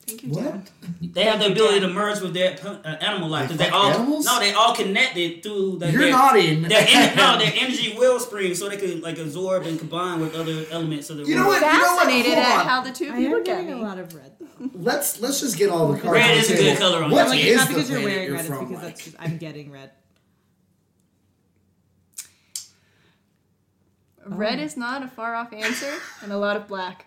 Thank you, Dan.
What?
They have the ability to merge with their uh, animal life because
They
they all
fuck animals?
no, they all connected through. The,
You're
their,
not in.
Their en- no, their energy will spring, so they can like absorb and combine with other elements of the
You know
world.
what?
Fascinated
Hold
at
on.
how the two
I
of you
am
look at
getting
me.
a lot of red. Though.
Let's let's just get all the cards.
Red
on the
is a
table.
good color on
What
that.
Like,
is
it's not
the
because you're
planet
wearing
you're
red. It's
from,
because
like?
that's just, I'm getting red.
Red is not a far off answer, and a lot of black.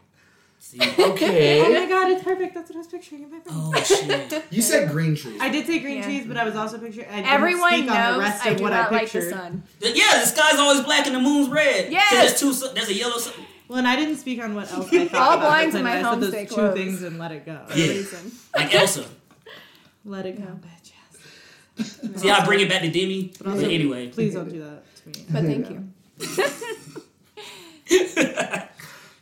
See?
Oh
okay.
my god, it's perfect. That's what I was picturing in my brain.
Oh shit!
You said green trees.
I did say green
Yeah.
trees, but I was also picturing. I didn't
Everyone
speak
knows
on the rest
I
of
do
what
not
I
like the
pictured.
sun.
The- yeah, the sky's always black and the moon's red.
Yes.
So there's two. su- There's a yellow. Sun.
well, and I didn't speak on what else I thought.
All
about the
blinds in
planet.
my
I
home
said
stay
those two
closed.
things and let it go.
Yeah.
Reason.
Like Elsa.
Let it go, bitches.
See how I bring it back to Demi. But
also-
anyway,
Please don't do that to me.
But thank you.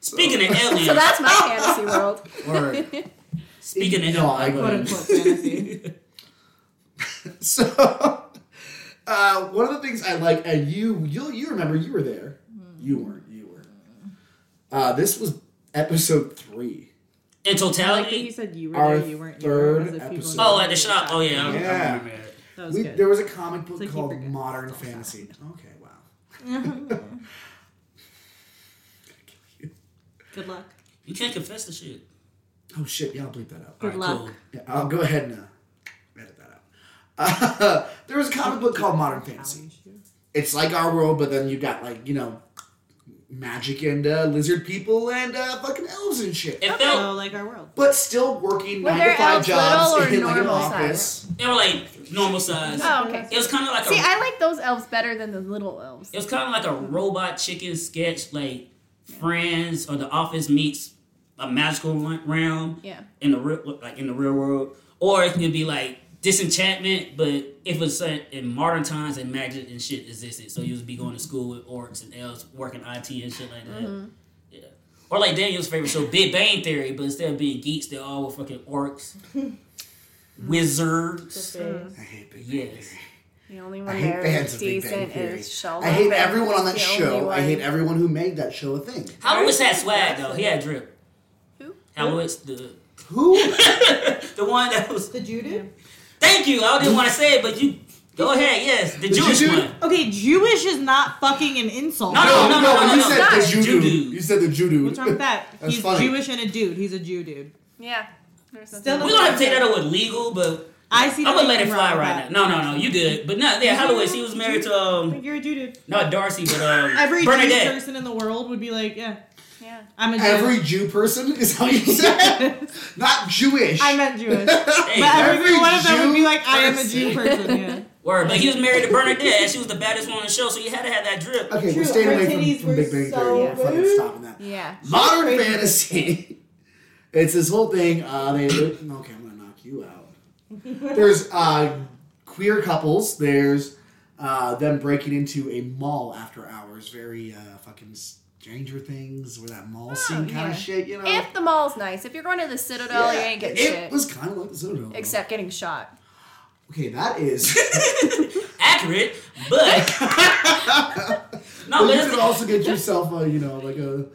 speaking of aliens,
So that's my fantasy world.
Word.
speaking of
No, I
aliens,
Quote unquote fantasy.
So Uh, one of the things I like, and you you you remember you were there.
Mm-hmm.
You weren't. You were. Uh, this was episode three.
In
I like that you
totality.
said you were
Our
there, you weren't. You were,
third
was it people
episode.
Oh, at the shop. Oh yeah. I remember
Yeah.
that.
That was
We,
good.
there was a comic book
like you
called
forget.
Modern Fantasy. Okay, wow.
good luck.
You can't confess the shit.
Oh shit! Yeah, I'll bleep that out.
Good
Alright,
luck.
cool.
Yeah, I'll go ahead and uh, edit that out. Uh, there was a comic book called Modern Fantasy. It's like our world, but then you got like you know, magic and uh, lizard people and uh, fucking elves and shit.
It
So
felt
like our world.
but still working
Were
nine to
there
five
elves
jobs
little or
in like an
normal
office.
they were like normal size.
Oh, okay.
It was kind of like
See,
a
I like those elves better than the little elves.
it was kind of like a robot chicken sketch, like Friends or The Office meets a magical re- realm
Yeah.
in the real, like in the real world, or it could be like Disenchantment, but if it's uh, in modern times and magic and shit existed, so you would be going to school with orcs and elves, working IT and shit like that.
Mm-hmm.
Yeah. Or like Daniel's favorite show, Big Bang Theory, but instead of being geeks, they're all fucking orcs, wizards.
I hate Big Bang
Yes.
Theory.
The only
I
one
hate
there
fans
is
of Big Bang
decent
Theory.
is Sheldon.
I hate
but
everyone on that
he's the only
show. I hate
one.
everyone who made that show a thing.
Hallowitz had swag though. He had drip.
Who?
Hallowitz the
Who?
the one that was.
The Judah?
Thank you. I didn't want to say it, but you go ahead. Yes, the, Jewish
Jew-
one.
Okay, Jewish is not fucking an insult.
No, no, no, no, no,
you
no.
said
Guys,
the Jew
Judu.
dude. You said the Jew dude.
What's wrong with that?
That's
He's
funny.
Jewish and a dude. He's a Jew dude.
Yeah. There's
Still
We
nothing-
don't have to take that over legal, but
I see.
I'm gonna let it
nothing
fly
wrong with
right
that.
now. No, no, no. You good? But no, yeah. Hallowitz. He was married to um
Like you're a Jew dude.
not Darcy, but um
Every Jewish
Bernadette.
person in the world would be like, yeah,
Yeah.
I'm a Jew.
Every Jew person is how you said it? Not Jewish.
I meant Jewish. But
Hey,
every,
every
one of them would be
Jew
like, I am a
person.
Jew person. Yeah.
word. But he was married to Bernadette. and She was the baddest one on the show, so you had to have that drip.
okay,
True,
we're staying
her
away
titties
from, from
were
Big Bang
so
Theory. We're fucking
big.
stopping that.
Yeah.
Modern
Crazy.
fantasy. It's this whole thing. Uh, they okay, I'm gonna knock you out. There's uh, queer couples. There's uh, them breaking into a mall after hours. Very uh, fucking Stranger Things, where that mall scene kind
Oh, yeah.
of shit. You know.
If the mall's nice, if you're going to the Citadel, you
Yeah,
ain't getting
it
shit.
was kind of like the Citadel. though.
Except getting shot.
okay, that is.
Accurate, but no,
but
but
you
it's
could also get yourself a, you know, like a.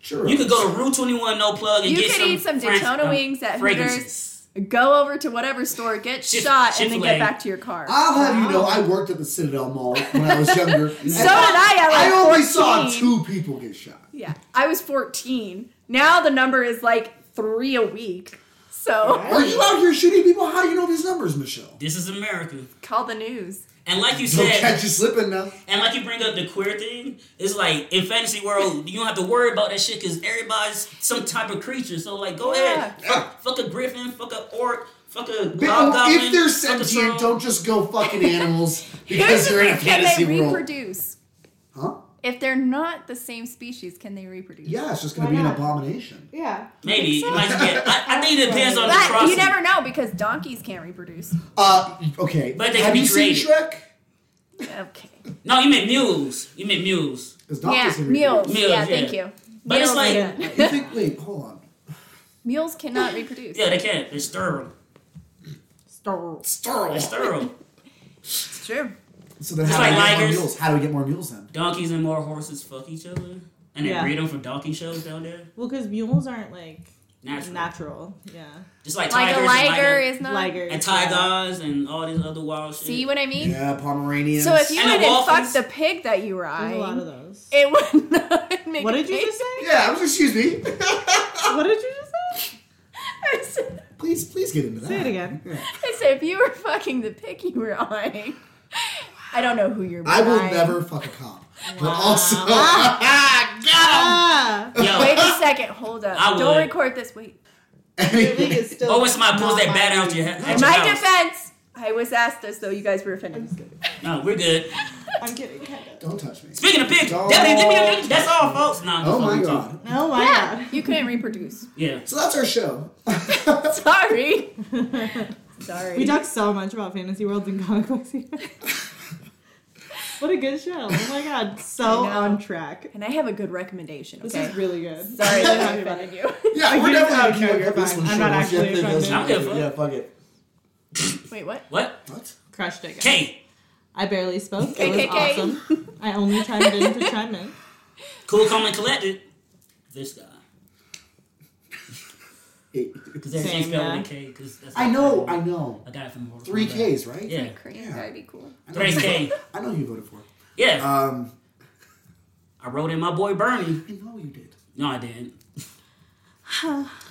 Sure.
You could go to Rue 21 No Plug and
You
get
could
some
eat some
French-
Daytona
um,
wings at
fragrances.
Go over to whatever store, get
Shit-
shot, and then
Chick-fil-A.
get back to your car.
I'll have you know, I worked at the Citadel Mall when I was younger. so
so did I at
I
like
only
14.
saw two people get shot.
Yeah. I was 14. Now the number is like three a week. So
Are you out here shooting people? How do you know these numbers, Michelle?
This is America,
call the news.
and like you
Don't
said,
catch you slipping now.
And like you bring up the queer thing, it's like in fantasy world you don't have to worry about that shit because everybody's some type of creature. So like, go ahead,
Yeah.
fuck, fuck a griffin, fuck a orc, fuck a
But
hobgoblin,
if they're
fuck a troll.
sentient, don't just go fucking animals
Here's
because
the
you're in a
thing, can
fantasy
they
world.
reproduce?
Huh?
If they're not the same species, can they reproduce?
Yeah, it's just gonna
Why
be an
not?
abomination.
Yeah.
maybe you might just get. I, I think it depends on the
But
crossing.
you never know because donkeys can't reproduce.
Uh, okay.
But they
have
can be
you seen
created.
Shrek?
Okay.
no, you meant mules. You meant mules.
'Cause
Yeah,
donkeys can reproduce.
mules.
Mules,
Yeah,
yeah.
thank you.
But it's
Mules
like-
can't.
You think? Wait, hold on.
mules cannot reproduce.
Yeah, they can't. They're sterile.
Star.
They're
Sterile.
sterile.
It's true.
So then,
It's
how do we
like
get more
ligers.
mules? How do we get more mules then?
Donkeys and more horses fuck each other, and they
Yeah.
breed them for donkey shows down there.
Well, because mules aren't like
Natural.
natural. Yeah.
Just like
Like
tigers
a
and, like,
liger
a-
is not.
Ligers.
and tigers and all these other wild shit.
See what I mean?
Yeah, Pomeranians.
So if you
And the
went and
dolphins.
fucked the pig that you were
There's a lot of
eyeing,
those.
it would not make
What
a
did you
pig.
just say?
yeah, I was, excuse me.
What did you just say?
I said,
please, please get into that.
Say it again.
Yeah.
I said, if you were fucking the pig you were eyeing, I don't know who you're
I will
eyeing.
never fuck a cop, but also got
Ah!
Yo,
Wait a second, hold up.
I
don't
would.
record this. Wait.
him.
still
Oh, it's my
not
pulls that
my
bat out
league.
your head.
In my defense, I was asked this though. You guys were offended.
No, we're good.
I'm kidding. kind of.
Don't touch me.
Speaking of pigs,
Don't-
Debbie, give me a minute. That's all, folks. Nah,
Oh my
fuck you.
god.
Oh my
Yeah,
god.
you couldn't reproduce.
Yeah.
So that's our show.
Sorry. Sorry.
We talk so much about fantasy worlds and comic books. here. what a good show. Oh my god. So
I know.
on track.
and I have have a good recommendation.
This
Okay.
is really good.
Sorry
I'm
that I
happy about
offended
it.
you.
Yeah,
Like,
we're
you
definitely
don't-
gonna keep
no,
up
you're
with this
fine.
one.
I'm
show
not
off.
actually
Yeah,
offended.
those-
I'm good, fuck.
Yeah, fuck it.
Wait, what?
What?
What?
Crushed it. guys.
K.
Crushed it. guys.
K.
I barely spoke. It was
KKK.
awesome. I only chimed in to chime in.
Cool, calm, and collected. This guy. Because everything
Same
spelled
guy.
with a K. Cause that's
I know, I know.
I got it from Mortal
Three
Kombat.
Ks, right?
Yeah.
Korean
Yeah.
that'd be cool.
I know
Three
who-
K.
I know who you voted for.
Yeah.
Um,
I wrote in my boy Bernie.
I know you did.
No, I didn't.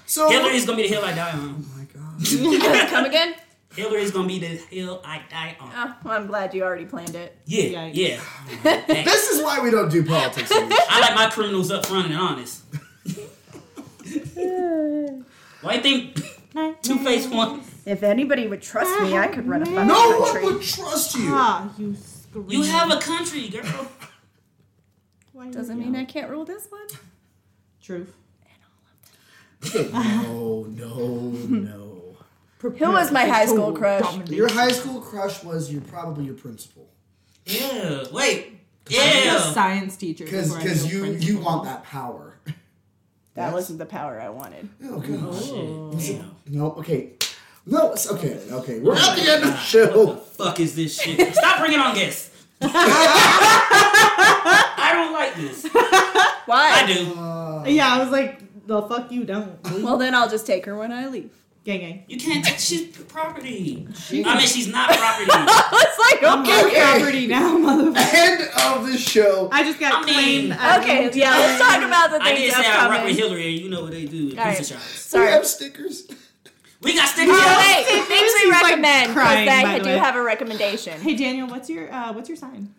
So.
Hillary's gonna be the hill I die on.
Oh my god.
Come again?
Hillary's gonna be the hill I die on.
Oh, well, I'm glad you already planned it.
Yeah,
Yikes.
yeah.
this is why we don't do politics. anymore.
I like my criminals up front and honest. Why you think Two Face one?
If anybody would trust me, I could run a fucking
No one would trust you.
Ah, you scream.
You have a country, girl.
Why
Doesn't
you
mean
yell?
I can't rule this one.
Truth.
no, no, no.
Prepare
Who was my
for
high school
total
crush?
domination.
Your high school crush was your probably your principal.
Yeah. Wait.
I'm a
Yeah.
science teacher.
Because
before I knew
you you
principal.
want that power.
That
Yes.
wasn't the power I wanted.
Oh gosh.
Oh, shit. Damn.
No, okay. No, it's okay, okay. We're at the end of the show. Uh,
Fuck is this shit? Stop bringing on guests. I don't like this.
Why?
I do.
Yeah, I was like, the fuck you don't.
Well, then I'll just take her when I leave.
gang gang.
You can't touch she's property. I mean, she's not property.
it's like, okay.
I'm
Okay.
property now, motherfucker.
End of the show.
I just got
I mean-
claimed.
Okay, yeah, let's talk about the
I did
things
say I rock with
upcoming.
Hillary, and you know what they do. with
All right.
Pizza shots.
we
Sorry.
have stickers.
We got stickers.
Oh,
y'all.
wait, things
This
we
is, like,
recommend. 'cause
crying, by
I
the
do
way.
have a recommendation.
Hey Daniel, what's your uh, what's your sign?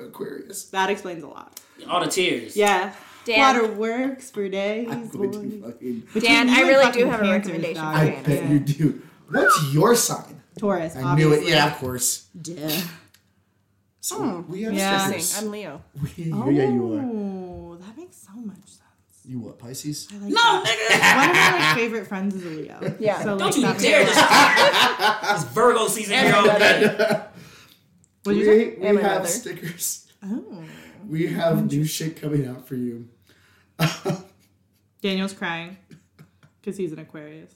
Aquarius.
That explains a lot.
All the tears.
Yeah.
Dan.
Water works for days.
I'm going to
boy.
fucking-
Between
Dan,
you
I
and
really
fucking
do have a
cancers,
recommendation
dog.
for
I
Diana.
bet you do. What's your sign?
Taurus.
I knew it.
obviously.
Yeah, of course.
Duh.
So we have
Yeah.
stickers.
I'm Leo.
We-
Oh,
Yeah, you are.
that makes so much sense.
You what? Pisces.
I like
No,
that.
nigga.
One of my like, favorite friends is a Leo.
Yeah.
So, like,
Don't you
that
dare
makes-
just. it's Virgo season here all day.
What'd
we
you say?
we
And
have
my mother.
stickers.
Oh.
We have new shit coming out for you.
Daniel's crying because he's an Aquarius.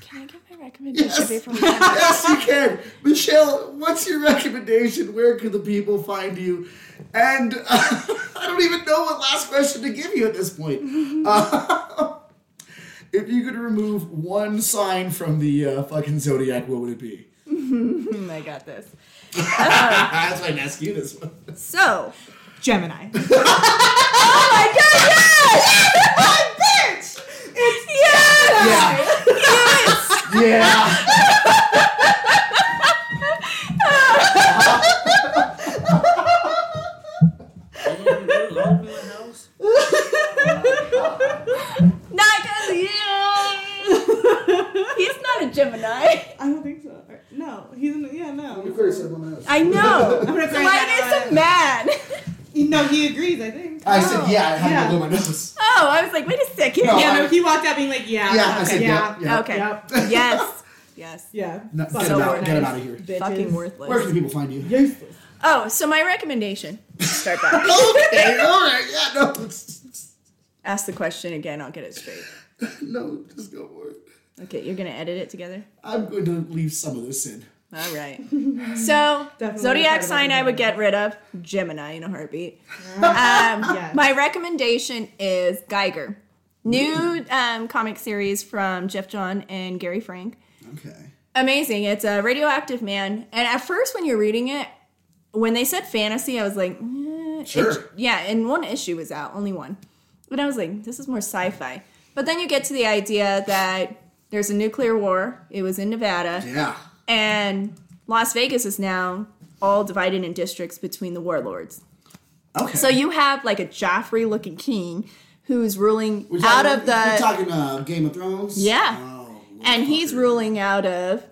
Can I get my recommendation
Yes.
before we
yes, you can. Michelle, what's your recommendation? Where can the people find you? And uh, I don't even know what last question to give you at this point. Uh, if you could remove one sign from the uh, fucking zodiac, what would it be?
Oh
Hmm, I got this.
That's why I didn't ask you this one.
So,
Gemini.
oh my god, yes! bitch! It's yes! Yes!
Yeah.
Not because you. He's not a Gemini.
I don't think so. Or- No, he's an, yeah no.
I know.
I'm gonna
so
cry now.
why is a man?
No, he agrees. I think.
I said, yeah, I had
Yeah.
to blow my nose.
Oh, I was like, wait a second.
No.
Yeah, no, he walked out being like, yeah,
Oh, Yeah, I
okay,
said, yeah.
yeah,
yeah.
Okay.
Yep.
Yes. Yes.
yeah.
No, get
Fucking
him out. Get him
nice
out of here.
bitches.
Fucking
Where can
worthless.
the people find you?
Useless.
Oh, so my recommendation. Start back.
okay, all right, yeah, no, it's-
Ask the question again. I'll get it straight.
no, just go for it.
Okay, you're gonna edit it together.
I'm going to leave some of this in.
All right. So
Definitely
zodiac
not
sign I would get rid of Gemini in a heartbeat. Um,
Yes.
My recommendation is Geiger, new um, comic series from Jeff John and Gary Frank.
Okay.
Amazing! It's a radioactive man, and at first when you're reading it, when they said fantasy, I was like, eh, it-
Sure.
yeah. And one issue was out, only one, but I was like, this is more sci-fi. But then you get to the idea that there's a nuclear war. It was in Nevada.
Yeah.
And Las Vegas is now all divided in districts between the warlords.
Okay.
So you have like a Joffrey looking king who's ruling
We're
out
talking-
of
We're
the
talking uh, Game of Thrones?
Yeah.
Oh,
and he's ruling out of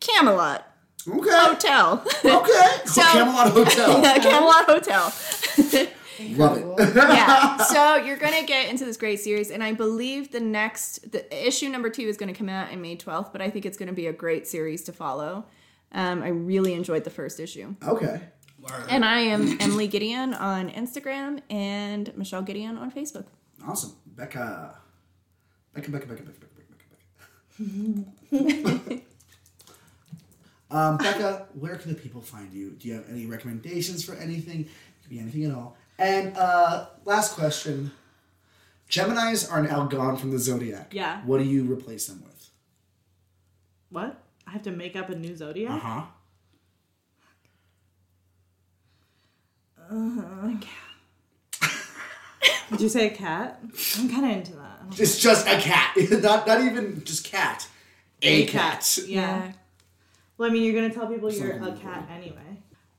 Camelot
okay.
Hotel.
Okay.
So-
Camelot Hotel.
Camelot Hotel.
Love it.
yeah. So you're gonna get into this great series, and I believe the next the issue number two is gonna come out in May 12th, but I think it's gonna be a great series to follow. Um, I really enjoyed the first issue.
okay.
And I am Emily Gideon on Instagram and Michelle Gideon on Facebook.
Awesome. Becca. Becca, Becca, Becca, Becca, Becca, Becca, Becca. Um, Becca, where can the people find you? Do you have any recommendations for anything? It could be anything at all. And uh, last question: Gemini's are now gone from the zodiac.
Yeah.
What do you replace them with?
What? I have to make up a new zodiac?
huh.
Did you say a cat? I'm kind of into that.
It's just a cat. not not even just cat. A, cat.
Yeah. Well, I mean, you're gonna tell people you're a cat anyway.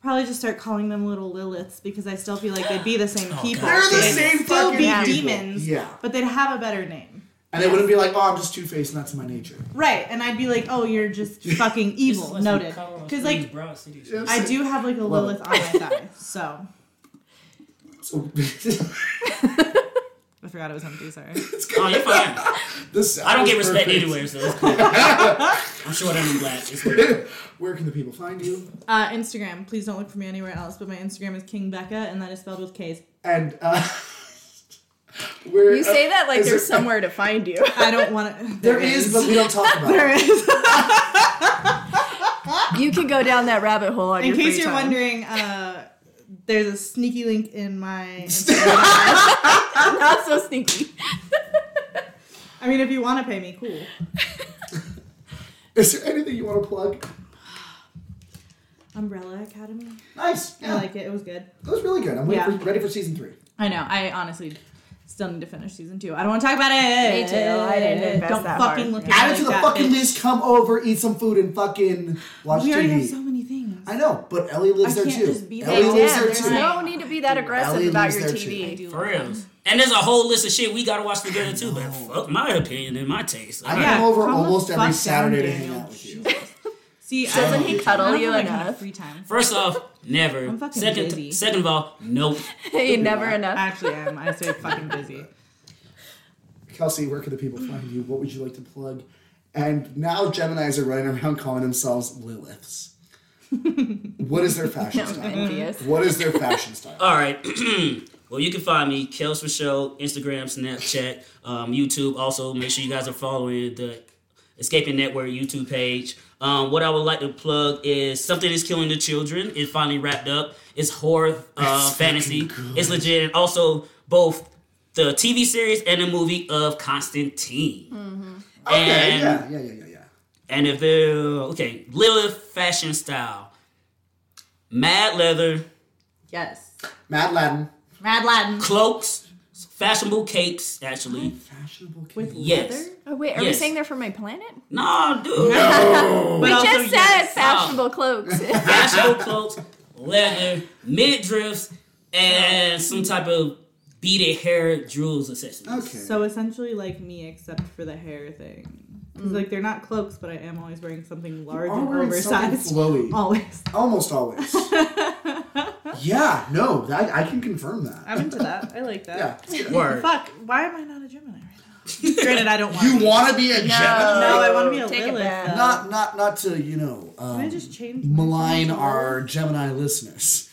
Probably just start calling them little Liliths because I still feel like they'd be the same people.
They're the
They'd
same
still
fucking
be
people.
demons.
Oh, Yeah.
But they'd have a better name.
And they wouldn't be like, oh, I'm just two faced, and that's my nature.
Right. And I'd be like, oh, you're just fucking evil. Noted. Because like I do have like a
Love
Lilith on my thigh, so
So
I forgot it was empty. Sorry.
Oh, you're fine.
this
I don't get respect
perfect.
anywhere, so it's cool. I'm short and I'm black. It's cool.
Where can the people find you?
Uh, Instagram. Please don't look for me anywhere else. But my Instagram is King Becca, and that is spelled with K's.
And uh, where
You say that like
is
there's
there-
somewhere to find you.
I don't want to.
there is, but we don't talk about
There
it.
is.
You can go down that rabbit hole on
In
your
case
free
you're
time.
wondering, uh, there's a sneaky link in my.
Not so sneaky.
I mean, if you want to pay me, cool.
Is there anything you want to plug?
Umbrella Academy.
Nice. Yeah,
I like it. It was good.
that was really good. I'm waiting
Yeah.
for, ready for season three.
I know. I honestly still need to finish season two. I don't want to talk about it.
Me too. I didn't invest
Don't
that
fucking
hard.
look
Yeah.
at
Add
me
it to the
like that,
fucking
bitch.
list. Come over, eat some food, and fucking watch
We already
TV.
have so many things.
I know, but Ellie lives
I
there
can't
too.
just be
Ellie
like,
lives
"Damn,
there
there's
too.
no-
No need to be that aggressive
Ellie
about
lives
your
there,
TV.
do
For reals. And there's a whole list of shit we gotta watch together too, but fuck my opinion and my taste.
I
All right.
come over
calm the
almost
fuck
every
down,
Saturday to hang
Daniel.
out with you.
Jesus. See, I
Doesn't
don't-
he
I
cuddle
don't
you
have enough
enough?
free time.
First off, never.
I'm fucking
second,
busy.
second of all, nope.
Hey, never enough.
Actually, I am. I stay fucking busy.
Kelsey, where can the people find you? What would you like to plug? And now Geminis are running around calling themselves Liliths. what is their fashion style?
Envious.
What is their fashion style?
All right. well, you can find me Kels for Show, Instagram, Snapchat, um, YouTube. Also, make sure you guys are following the Escaping Network YouTube page. Um, what I would like to plug is something is killing the children. It finally wrapped up. It's horror uh, fantasy. It's legit. And also both the TV series and the movie of Constantine.
Mm-hmm. Okay,
And
yeah, yeah, yeah, yeah, yeah.
and if they're okay, Lilith fashion style, mad leather
Yes.
Mad Latin.
Mad Latin.
cloaks, fashionable capes. Actually,
Fashionable kid.
With
Yes.
leather?
Oh wait, are we
Yes.
saying they're from my planet?
nah, dude,
But
We
also,
just said
yes.
fashionable cloaks.
fashionable cloaks, leather, mid drifts, and some type of beaded hair jewels accessories.
Okay.
So essentially, like me, except for the hair thing. 'Cause, Like they're not cloaks, but I am always wearing something large
Are
and
we in something
oversized.
flowy?
Always.
Almost always. yeah, no, that, I can confirm that.
I'm into that. I like
yeah.
that.
Word.
Fuck. Why am I not a Gemini right now? Granted, I don't want.
You want to be a Gemini?
No, I want to be a
Take it
Lilith.
back.
though.
Not, not, not to you know
Can I
um,
just change?
malign our Gemini listeners.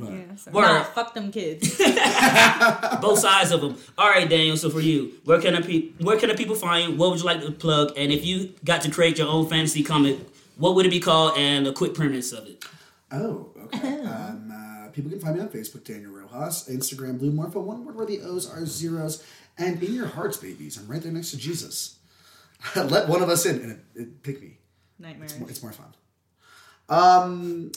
Yeah, sorry.
Word.
Nah, fuck them kids.
Both sides of them. All right, Daniel. So for you, where can the pe- where can the people find you? What would you like to plug? And if you got to create your own fantasy comic, what would it be called? And a quick premise of it.
Oh, okay. um, uh, people can find me on Facebook, Daniel Rojas, Instagram, Blue Morpho, one word where the O's are zeros, and in your hearts, babies. I'm right there next to Jesus. Let one of us in, and it, it pick me.
Nightmare.
It's more, it's more fun. Um,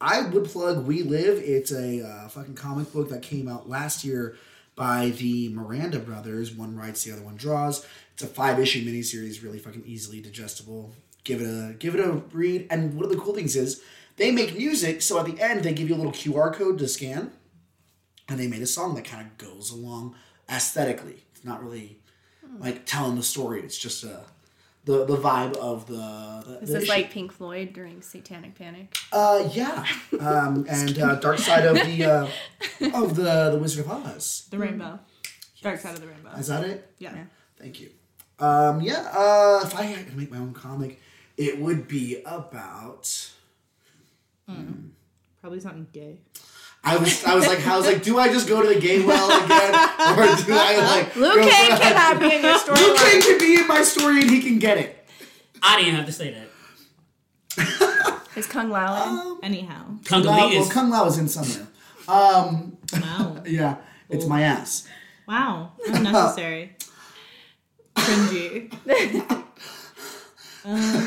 I would plug We Live. It's a uh, fucking comic book that came out last year by the Miranda brothers. One writes, the other one draws. It's a five issue miniseries, really fucking easily digestible. Give it a give it a read. And one of the cool things is they make music, so at the end they give you a little QR code to scan, and they made a song that kind of goes along aesthetically. It's not really
Hmm.
like telling the story. It's just a the, the vibe of the, the
This
the
is
issue.
like Pink Floyd during Satanic Panic.
Uh, yeah, um, and uh, Dark Side of the uh, of the the Wizard of Oz.
The rainbow. Dark side of the rainbow.
Is that it?
Yeah.
Thank you. Um, yeah, uh, if I had to make my own comic, it would be about.
Probably something gay.
I was I was like I was like, do I just go to the gay well again, or do I like
Luke
go
Cage
for-
cannot be in your
Luke Cage
storyline.
can be in my story and he can get it.
I didn't have to say that.
Is Kung Lao in?
Anyhow.
Kung
Lao,
Lao
well,
is
Kung Lao is in somewhere. Um,
Wow.
yeah, it's my ass.
Wow. Unnecessary. Cringy. Um, sweaty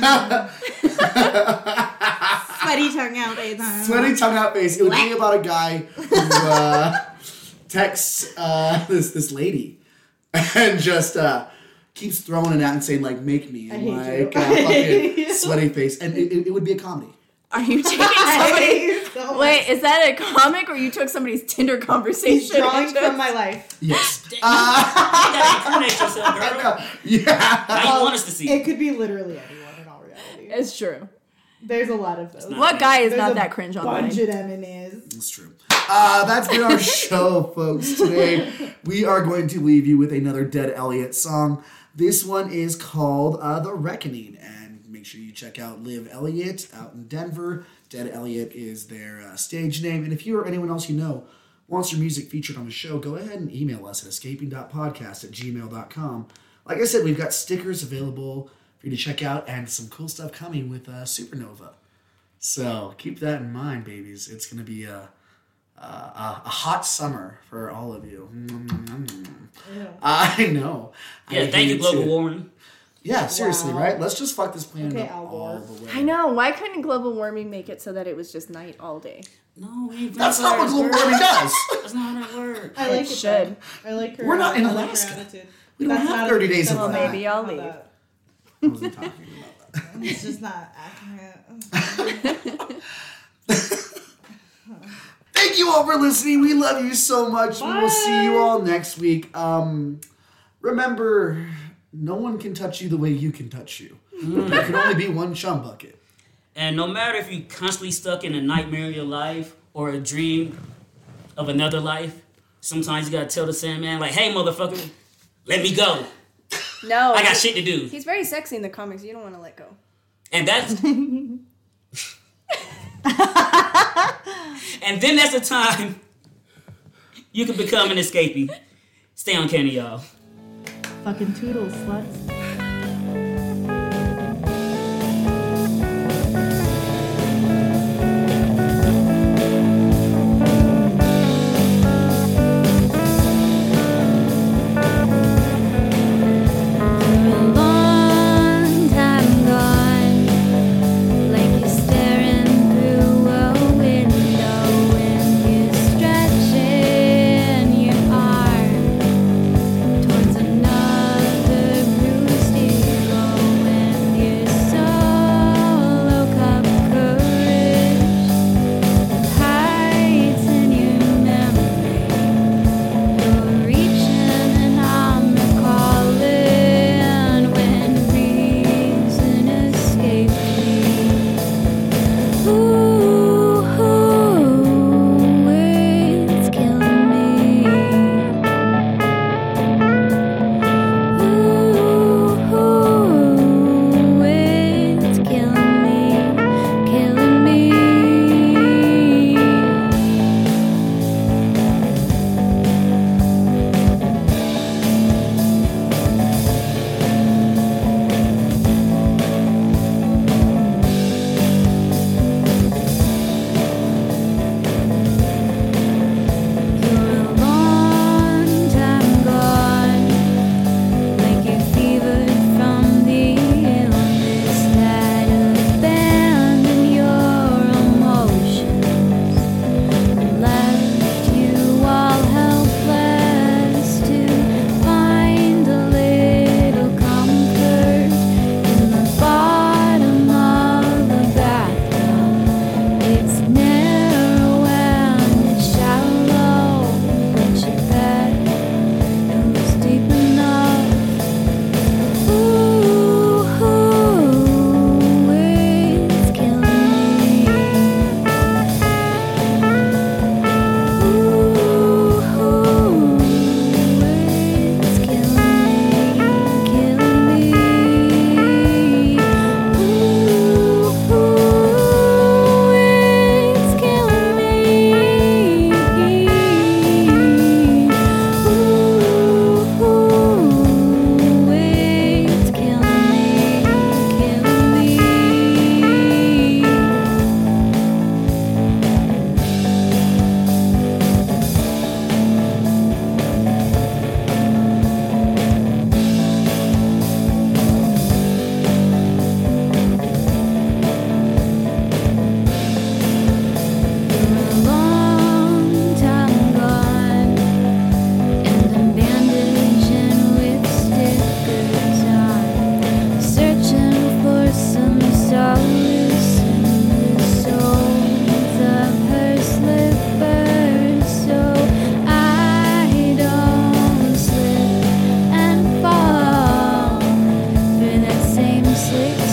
tongue out, eh, Ethan.
Um,
Sweaty tongue out face. It would be about a guy who uh, texts uh, this this lady and just uh, keeps throwing it out and saying like "make me" and
I hate
like uh, fucking sweaty face, and it, it, it would be a comedy.
Are you taking somebody? Wait, is that a comic or you took somebody's Tinder
He's
conversation?
drawing
and
from
just-
my life.
Yes.
You gotta incriminate yourself, girl.
yeah.
Now you want us to see.
It could be literally anyone in all reality.
It's true.
There's a lot of those.
not-
What guy is
There's
not
a
that cringe online?
Bunch of them in is.
That's true. Uh, that's been our show, folks. Today, we are going to leave you with another Dead Elliott song. This one is called uh, The Reckoning. And make sure you check out Live Elliott out in Denver. Dead Elliott is their uh, stage name. And if you or anyone else you know wants your music featured on the show, go ahead and email us at escaping.podcast at gmail.com. Like I said, we've got stickers available for you to check out and some cool stuff coming with uh, Supernova. So keep that in mind, babies. It's gonna be a a, a, a hot summer for all of you. Mm, I know. I
Yeah, thank you,
hate
global
it.
warming.
Yeah, seriously,
Wow.
right? Let's just fuck this planet
Okay,
up
Al
all
Gore.
the way.
I know. Why couldn't global warming make it so that it was just night all day?
No, we ain't
That's not what
doing
global warming does.
that. That's not how that works.
I like
It
it.
should.
though. I like her.
We're not in
I like her
Alaska.
attitude.
We don't
That's
have
not a-
30 days
that's
of
not
Well,
maybe I'll
how
leave.
that-
I wasn't talking about that.
It's just not accurate.
Thank you all for listening. We love you so much. We will see you all next week. Um, remember, no one can touch you the way you can touch you.
Mm.
There can only be one chum bucket.
And no matter if you constantly stuck in a nightmare of your life or a dream of another life, sometimes you gotta tell the Sandman, like, hey, motherfucker, let me go.
No.
I got shit to do.
He's very sexy in the comics. You don't want to let go.
And that's. and then that's the time you can become an escapee. Stay on candy, y'all.
Fucking toodles, sluts.
Towards another room. next week.